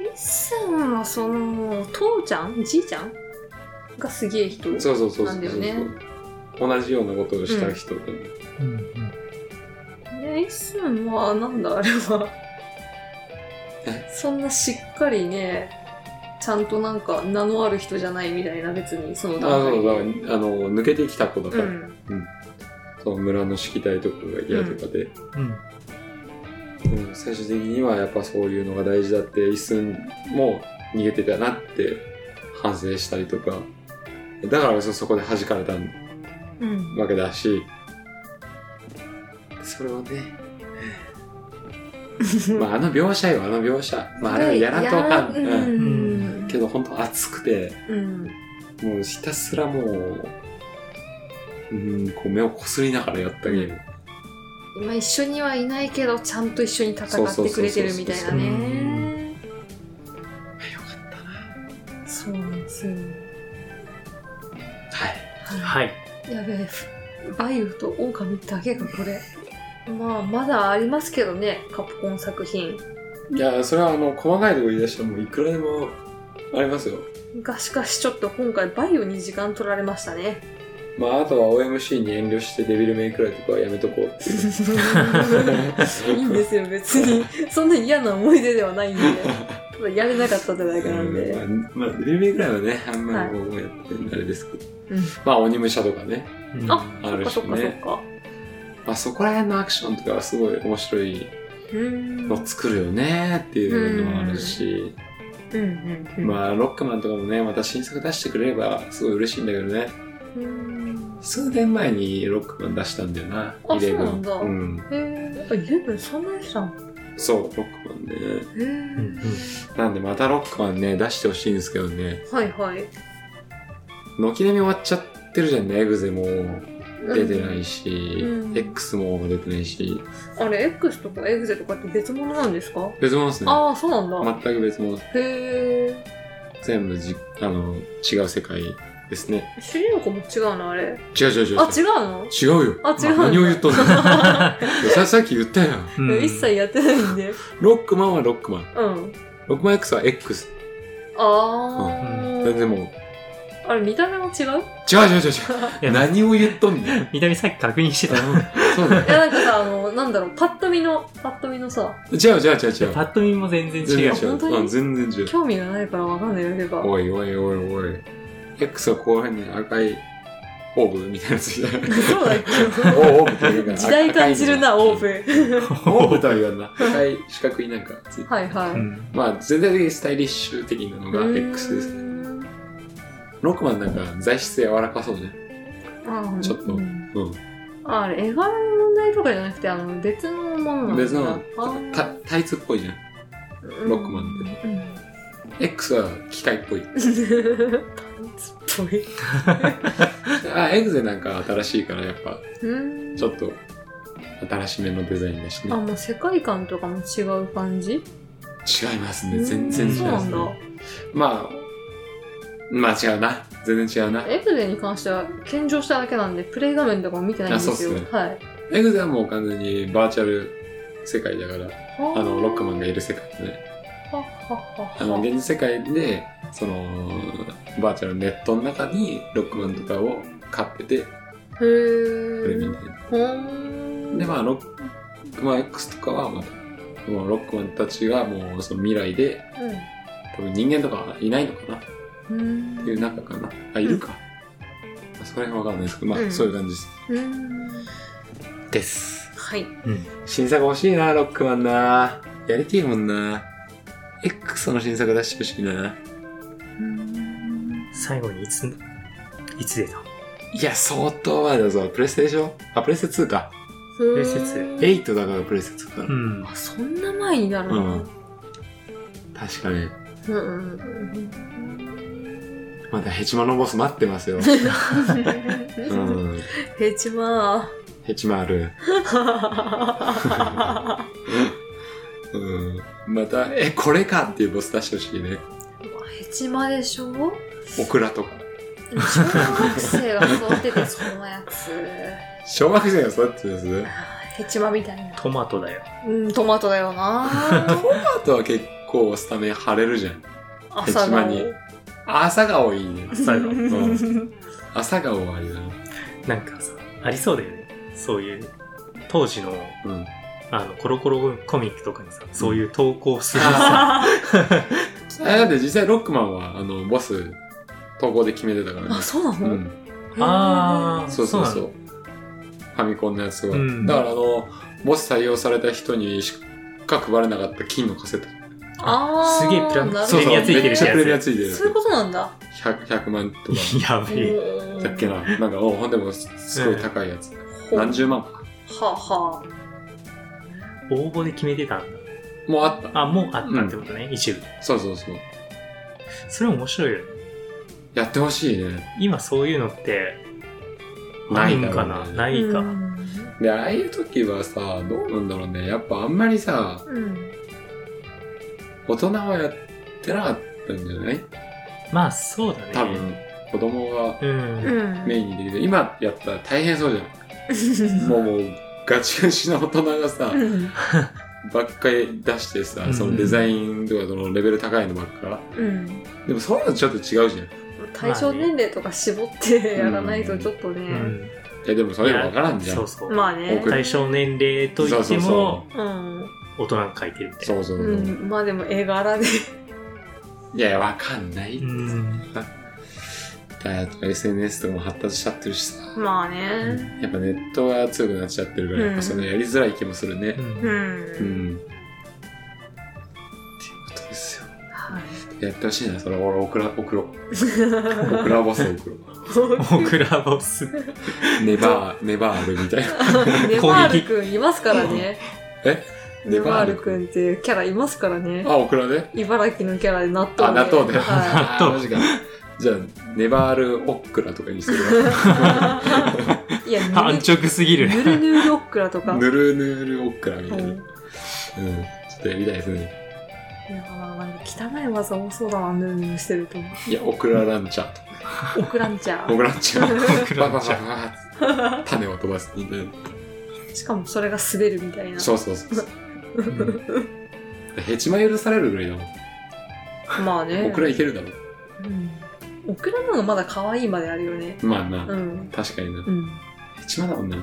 C: ミッサンはその父ちゃんじいちゃんがすげえ人
B: そうそうそうそうそ
C: な
B: う
C: んだよね
B: 同じようなことをした人で、
D: うんうん
C: ねイッサンはなんだあれは
B: え
C: そんなしっかりねちゃんとなんか名のある人じゃないみたいな別にその
B: あ
C: 段階
B: の、だから
C: で。
B: あの、抜けてきた子だか
C: う
B: ら、
C: ん、
B: その村の式台とかが嫌とかで、
D: うん。
B: うん最終的にはやっぱそういうのが大事だって、一寸も逃げてたなって反省したりとか、だからそそこで弾かれた
A: うん
B: わけだし、それをね、 まああの描写よ、あの描写。まああれはやらんとわかん。
C: う
B: うん
C: ん
B: けど本当熱くて、
C: うん
B: もうひたすらもう、うん、こう目をこすりながらやったゲーム。
C: 今一緒にはいないけどちゃんと一緒に戦ってくれてるみたいなねそうなんですよ
B: はい。
C: は
D: はい。
C: いやべえバイオとオオカミだけがこれまあまだありますけどねカプコン作品
B: いや、それはあの、細かいとこ言い出したらもういくらでもありますよ。
C: がしかしちょっと今回バイオに時間取られましたね
B: まああとは OMC に遠慮してデビルメイクライとかはやめとこうっていう。
C: いいんですよ別にそんな嫌な思い出ではないんでただやれなかったってだけなんで
B: うんまあ、まあデビルメイクライはね、あんまりこうやって、あれですけど。
C: うん
B: まあ、鬼武者とかね、
D: うん
C: あ
B: ある
C: そっ
B: し
C: かそっかそっ
B: ね。
C: か
B: まあ、そこら辺のアクションとかはすごい面白い
C: うん
B: の作るよねっていうのもあるし、
C: うんうんうん
B: まあ、ロックマンとかもね、また新作出してくれればすごい嬉しいんだけどね。
C: うん
B: 数年前にロックマン出したんだよな、
C: あそうなんだ
B: ん。
C: へえやっぱイレブンそんなやつなのへ
B: そう、ロックマンでね。
C: え、
D: うんうん
B: なんでまたロックマンね、出してほしいんですけどね。
C: はいはい
B: 軒並み終わっちゃってるじゃんね、エグゼも出てないし、
C: うん
B: X も出てないし、
C: あれ X とかエグゼとかって別物なんですか
B: 別物ですね。
C: ああそうなんだ、
B: 全く別物。
C: へえ
B: 全部じ、あの、違う世界ですね。
C: 主人公も違うのあれ
B: 違う違う違う。
C: あ違うの
B: 違うよ。
C: あ違うんだ
B: な何を言っとんの ささっき言ったよ。
D: うん
C: 一切やってないんで
B: ロックマンはロックマン。
C: うん
B: ロックマン X は X。
C: ああ、
B: 全然もう、違う
C: あれ見た目も違う
B: 違う違う
D: い
B: 違う。
D: や
B: 何を言っとんの
D: 見た目さっき確認してた。
B: そうだ
C: い
B: よ。
C: やなんかさあのなんだろうパッと見のパッと見のさ
B: 違う違う違う違う。
D: パッと見も全然違う。
C: う本当に
B: うん全然違う。
C: 興味がないからわかんないよれば
B: おいおいおいおい。X は後半に赤いオーブみたいなやつじゃない
C: そうだっ
B: お
C: け
B: うオーブというか。
C: 時代感じるな
B: 赤いの
C: オー。ブ
B: オーブとは言わんな。赤い四角いなんかついて。
C: はいはい、
D: うん
B: まあ、全体的にスタイリッシュ的なのが X です。
C: ね
B: ロックマンなんか材質柔らかそうね。ちょっと
C: うん
B: う
C: ああれ絵柄の問題とかじゃなくてあの別のものなんだ
B: ん。別の
C: あー、
B: たタイツっぽいじゃん。
C: うん
B: ロックマン
C: うん
B: X は機械っぽい。
C: パンツっぽい
B: あ、エグゼなんか新しいからやっぱ、
C: うん
B: ちょっと新しめのデザインだし
C: あ
B: ね。
C: もう世界観とかも違う感じ
B: 違いますね。全然違い
C: そう
B: ま
C: な
B: す
C: ん
B: ね
C: だ。
B: まあ、まあ違うな。全然違うな。
C: エグゼに関しては献上しただけなんでプレイ画面とかも見てないんですよ
B: あそうっす
C: はい
B: エグゼはもう完全にバーチャル世界だから、あの、ロックマンがいる世界ね。
C: ははは
B: あの、現実世界で、その、バーチャルネットの中にロックマンとかを飼ってて、
C: へ
B: これみ
C: ー
B: たいな。
C: ほーん
B: で、まあ、ロックマン X とかはまた、もうロックマンたちがもうその未来で、多分人間とかいないのかなっ
C: うんうん
B: ていう中かな。あ、いるか。まあそこら辺はわかんないですけど、まあ、
C: うん
B: そういう感じです。
C: うん
B: です。
C: はい
B: 新作欲しいな、ロックマンな。やりてえもんな。X の新作出してほしいな。
C: うん
D: 最後にいつ、いつ出た
B: いや、相当前だぞ。プレステでしょあ、プレステ2か。
D: レセツ
B: 8だからプレステ2か
D: う
B: ら。
D: ん。
C: あそんな前になる
B: う
C: の
B: ん。確かに。
C: うんうんうん
B: まだヘチマのボス待ってますよ。う
C: うん
B: ん。
C: へちま
B: ヘチマある。
C: ー
B: うん。また、え、これかっていうボス出してほしいね。
C: ヘチマでしょ小
B: オクラとか。
C: 学生が育ててそんなやつ
B: 小学生が育ってるやつ
C: ヘチマみたいな
D: トマトだよ。
C: うんトマトだよな
B: あとは結構スタメン張れるじゃん。
C: 朝
B: ヘチマ
C: 顔
B: に朝顔いいね。
D: 最 後。
B: うん朝顔ありだね。
D: なんかさ、ありそうだよね。そういう、当時の、
B: うん。
D: あの、コロコロコミックとかにさ、そういう投稿するさ、
B: あだって実際ロックマンは、あの、ボス、統合で決めてたからね。
C: あ、そうな
B: う
C: の、
B: ん。
D: あー
B: そうそうそ
D: そう
B: う。ファミコンのやつは。
D: うん
B: だからあの、ボス採用された人にしか配れなかった金のカセット。
C: あー
D: すげえプラ
C: なるほ
D: プ
C: ど
D: レミアついてる
B: め
D: や
B: っ
D: つ
B: ちゃプレミアついてるや
C: そういう
B: つ。
C: ことなんだ。
B: 100, 100万とか。
D: やべえ。
B: だっけな。なんか、おほんでも、すごい高いやつ。
C: ほう
B: 何十万か。
C: はあは
D: 応募で決めてたんだ。
B: もうあった。
D: あ、もうあったってことね、一部。
B: そうそうそう。
D: それ面白いよね。
B: やってほしいね。
D: 今そういうのって、な
B: ないい
D: ん
B: だ
D: か
B: ろうね
D: な、
C: あ。
D: ないか。
B: で、ああいう時はさ、どうなんだろうね。やっぱあんまりさ、
C: うん。
B: 大人はやってなかったんじゃない
D: まあそうだね。
B: 多分、子供が
D: うん。
C: う
B: メ
C: ん。
B: インにできて、今やったら大変そうじゃないもうもうガチガチな大人がさ、
C: うん。
B: ばっかり出してさ、
D: うん
B: そのデザインとかそのレベル高いのばっか。
C: うん。
B: でもそういうのちょっと違うじゃん。い
C: 対象年齢とか絞ってやらないとちょっと
D: う
C: ね。
D: ん。
B: やでもそれわからんじゃん。
D: そうそう。
C: まあね。
B: 僕
D: 対象年齢といっても、
C: うん。
D: 大人が書いてるみたいな。
B: そうそうそう。
C: うん。まあでも絵柄で。
B: いやいや、わかんない。
D: うん。
B: だから SNS とかも発達しちゃってるしさ。
C: まあね。
B: やっぱネットが強くなっちゃってるから、
C: うん
B: やっぱそのやりづらい気もするね。
C: う
B: う
C: ん。
B: ん。っていうことですよ。
C: はい。
B: やってほしいな、それ俺送ら、送ろう。送らボス送ろう。
D: オクラボス。
B: ネバー、ネバールみたいな。
C: ネバールくんいますからね。
B: え
C: ネバールくんっていうキャラいますからね。
B: あ、オクラね。
C: 茨城のキャラで納
B: あ、
C: 豆で。
B: 納豆だよ。
C: は
B: あ
D: 納豆
B: マジか。じゃあ、ネバールオックラとかにするわ。
C: い。いや、
D: 安直すぎ
C: ぬ
D: る。
C: るぬるぬるロックラとか。
B: ぬるぬるオックラみたいな。
C: う
B: うんん。ちょっとやりたいですね。
C: いやーなんか汚い技多そうだな、ヌルヌルしてると。
B: いや、オクラランチャーとか。
C: オクランチャ
B: オ
C: ー。
B: クランチャー。
D: オク
B: バ
D: ラ
B: バ
D: ボ
B: バ
D: ス。
B: ババ種を飛ばすみたいな。
C: しかもそれが滑るみたいな。
B: そうそうそう。
D: うん
B: ヘチマ許されるぐらいだもん。
C: まあね。
B: オクラいけるだろ。
C: うん。オクラなのまだ可愛いまであるよね。
B: まあな
C: う。ん。
B: 確かにな
C: う。ん。
B: ヘチマだもんな。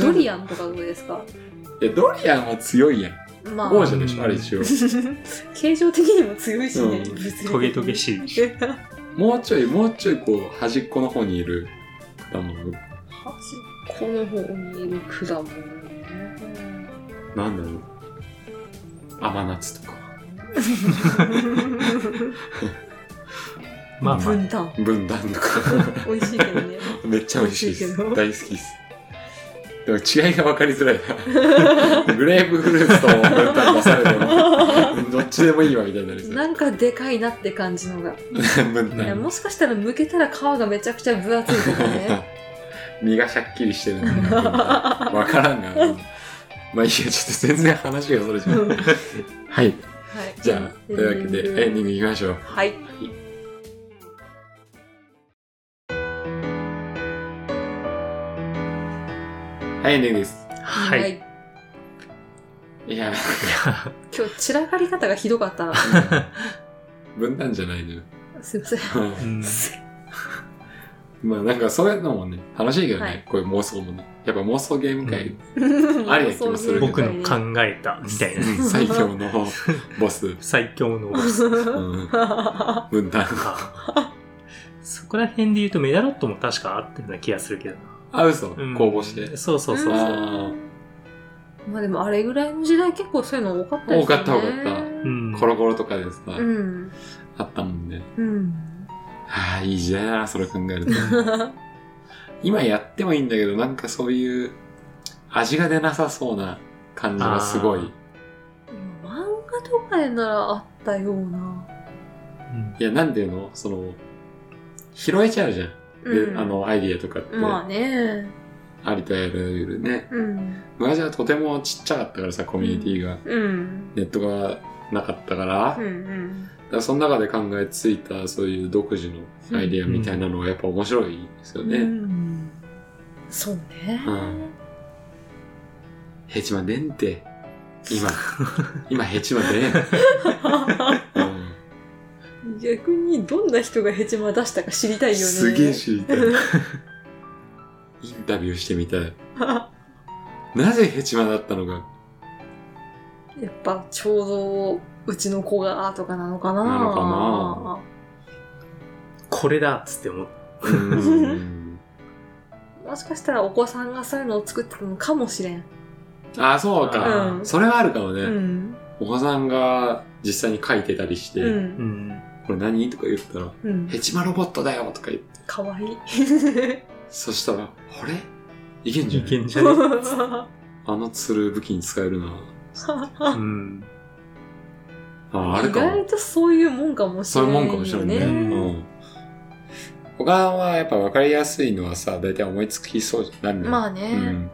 C: ドリ
B: ア
C: アンとかどうですか
B: ンいや、ドリアンは強いやん。
C: ま
B: 王
C: あ、
B: 者でしょ、あれ一応。
C: 形状的にも強いしね、
B: うん
C: 物理的に
D: トゲトゲしい。
B: もうちょい、もうちょいこう、端っこの方にいる果物。
C: 端っこの方にいる果物ね。
B: なんだろう。甘夏とか。
D: まあまあ。
C: 分担。
B: 分断とか
C: 美味しいけど ね。
B: めっちゃ美味しいで
C: 美
B: す大好
C: 味
B: きですでも違いが分かりづらいな グレープフルーツと分断出されてもどっちでもいいわみたいになりそう
C: なんかでかいなって感じのが。
B: 分
C: いや、
B: 断
C: もしかしたら剥けたら皮がめちゃくちゃ分厚いとか ね。
B: 身がシャッキリしてるのが分からんがまあいいやちょっと全然話がそれじゃう
C: うん
B: はい
C: はい
B: じゃあというわけでエンディングいきましょう
C: はい。
B: はいエンディングです
D: はい。い。
B: いや
D: や
C: 今日散らかり方がひどかったな。
B: 分断じゃないのよ
C: すいません。
D: うん
B: まあなんかそういうのもね、楽しいけどね、
C: はい
B: こういう妄想もね。やっぱ妄想ゲーム界、
C: あ
B: ありな気もするけど
D: 僕の考えた、みたいな。
B: うん最強のボス、う
D: 最強のボ ス
B: ん、分断。
D: か。そこら辺で言うとメダロットも確かあったような気がするけどな。
B: あ、嘘、
D: うん
B: 公募して。
D: そうそうそうそう。
B: あ
C: まあでもあれぐらいの時代結構そういうの多かった
B: 多かった多かった
D: うん。
B: コロコロとかでさ、
C: うん。
B: あったもんね。
C: うん。
B: はあ、いい時代だな、それ考えると。今やってもいいんだけど、なんかそういう味が出なさそうな感じがすご
D: あー
B: い。
C: 漫画とかでならあったような。
D: うん
B: いや、なんていうのその、拾えちゃうじゃん。で、
C: うん
B: あ、の、アイディアとかって、
C: まあね。
B: ありとあらゆるね。
C: うん。
B: 昔はとてもちっちゃかったからさ、コミュニティが。
C: うん。
B: ネットがなかったから、
C: うんう
B: だ
C: ん。
B: からその中で考えついたそういう独自のアイディアみたいなのがやっぱ面白いですよね。う。
C: うんんそうね。
B: ヘチマ出んて、 今。今ヘチマ出ん。うん
C: 逆にどんな人がヘチマ出したか知りたいよね。
B: すげえ知りたい。インタビューしてみたい。なぜヘチマだったのか。
C: やっぱちょううちの子がとかなのかな
B: なのか
D: これだっつって思っ
B: うん。
C: もしかしたらお子さんがそういうのを作ってたのかもしれん。
B: あ、そうか、
C: うん
B: それはあるかもね。
C: うん。
B: お子さんが実際に書いてたりして、
C: うん。
D: ん。
B: これ何とか言ったら、
C: うん。
B: ヘチマロボットだよとか言って、
C: かわいい。
B: そしたら、あれいけんじゃ
D: い
B: ん。
D: けんじゃね
B: あの鶴武器に使えるな。
D: うん。
B: あ、あ
C: 意
B: るかも
C: 外。とそういうもんかもし
B: そう
C: れ
B: い
C: ない。
B: うもんかもしれないね。うん。他はやっぱ分かりやすいのはさ、大体思いつきそうになるね。
C: ま
B: あ
C: あね。
B: うん。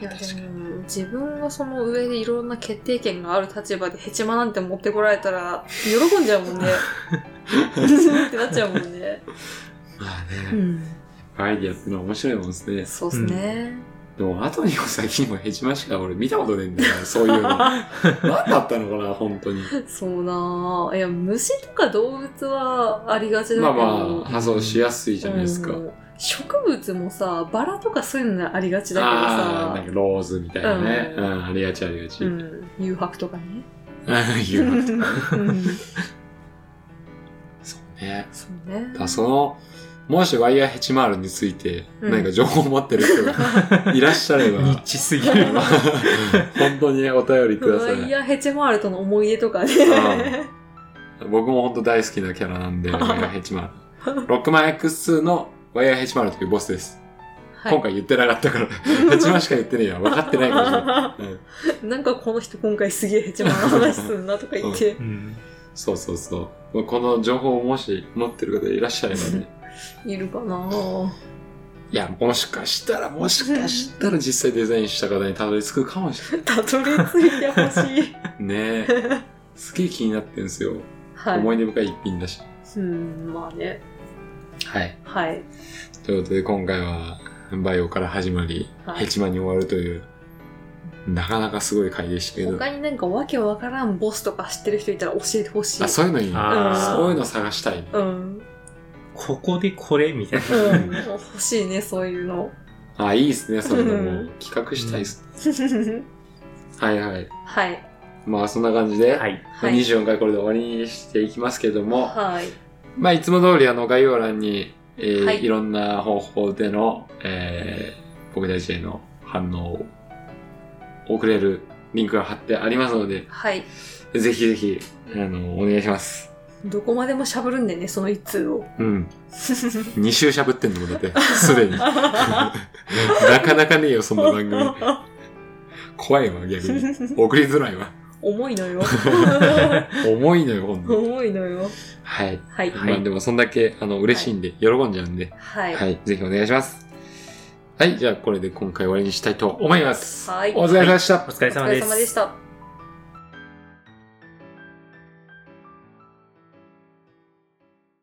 C: いやで
D: 確か
C: も自分がその上でいろんな決定権がある立場でヘチマなんて持ってこられたら喜んじゃうもんね。 ってなっちゃうもんね。
B: まあ
C: う
B: ね、
C: ん。
B: アイディアってのは面白いもんですね。
C: そうっすね。
B: でも、後にも先にもヘチマしか俺見たことねえんだよな、そういうの。 何だったのかな、本当に。
C: そうなぁ。いや、虫とか動物はありがちだけど。
B: まあまあ、発想しやすいじゃないですか。
C: うん植物もさ、バラとかそういうのありがちだけど
B: ああ、なん
C: さ
B: か、ローズみたいなね。う
C: うんん、
B: ありがちありがち。
C: う
B: うん、
C: ん、誘白とかね。
B: 言うなと。
C: うん
B: そうね。
C: そうね
B: だからその、もしワイヤーヘチマールについて、
C: うん
B: 何か情報を持ってる人がいらっしゃれば、
D: ニッチすぎる。
B: 本当にお便りくださ
C: い
B: い。
C: や、ヘチマールとの思い出とかね。
B: 僕も本当大好きなキャラ なんで、ワイヤーヘチマール。ロックマン X2 のワイヤーヘチマールというボスです。
C: はい
B: 今回言ってなかった から、ヘチマしか言ってねえや。分かってないかもしれない。う ん
C: なんかこの人今回すげえヘチマの話すんなとか言って
D: う。ん。
B: そうそうそう。まあこの情報をもし持ってる方いらっしゃれば ね。
C: いるかなぁ。
B: いや、もしかしたら、もしかしたら実際デザインした方にたどり着くかもしれ
C: たどり着いてほしい。
B: ない。ねえ。すげえ気になってんすよ。
C: はい。
B: 思い出深い一品だし。
C: うん、まあね。
B: はい。
C: はい。
B: ということで、今回は、バイオから始まり、
C: はい
B: ヘチマに終わるという、なかなかすごい回でしたけど。
C: 他になんかわけわからんボスとか知ってる人いたら教えてほしい。
B: あ、そういうのいいね。
D: ああ。
B: そういうの探したい。
C: うん。
D: ここでこれみたいな。
C: うん。欲しいね、そういうの。
B: あ、いいですね。それでも
C: う
B: 企画したいっす。はいはい。
C: はい。
B: まあ、そんな感じで、
D: はい。
C: はい。
B: 24回これで終わりにしていきますけども、
C: はい。
B: まあ、いつも通りあの概要欄に、えー、
C: はいい
B: ろんな方法での、えー、僕たちへの反応を送れるリンクが貼ってありますので、
C: はい。
B: ぜひぜひ、あの、お願いします。
C: どこまでもしゃぶるんでね、その一通 を。
B: うん。2週しゃぶってんのもんだって、すでに。 なか なかねえよ、そんな番組。怖いわ、逆に。送りづらいわ。
C: 重いの よ。
B: 重いのよ、ほんとに。
C: 重いのよ。
B: はい。
C: はい。
B: まあ、でもそんだけ、あの、嬉しいんで、喜んじゃうんで、
C: はい。
B: は
C: はい。
B: い、ぜひお願いします。はい、じゃあこれで今回終わりにしたいと思います。
C: はい
B: お疲れ様でした。
D: お疲れ
C: お疲
D: 様
C: れ
D: です
C: 様。でした。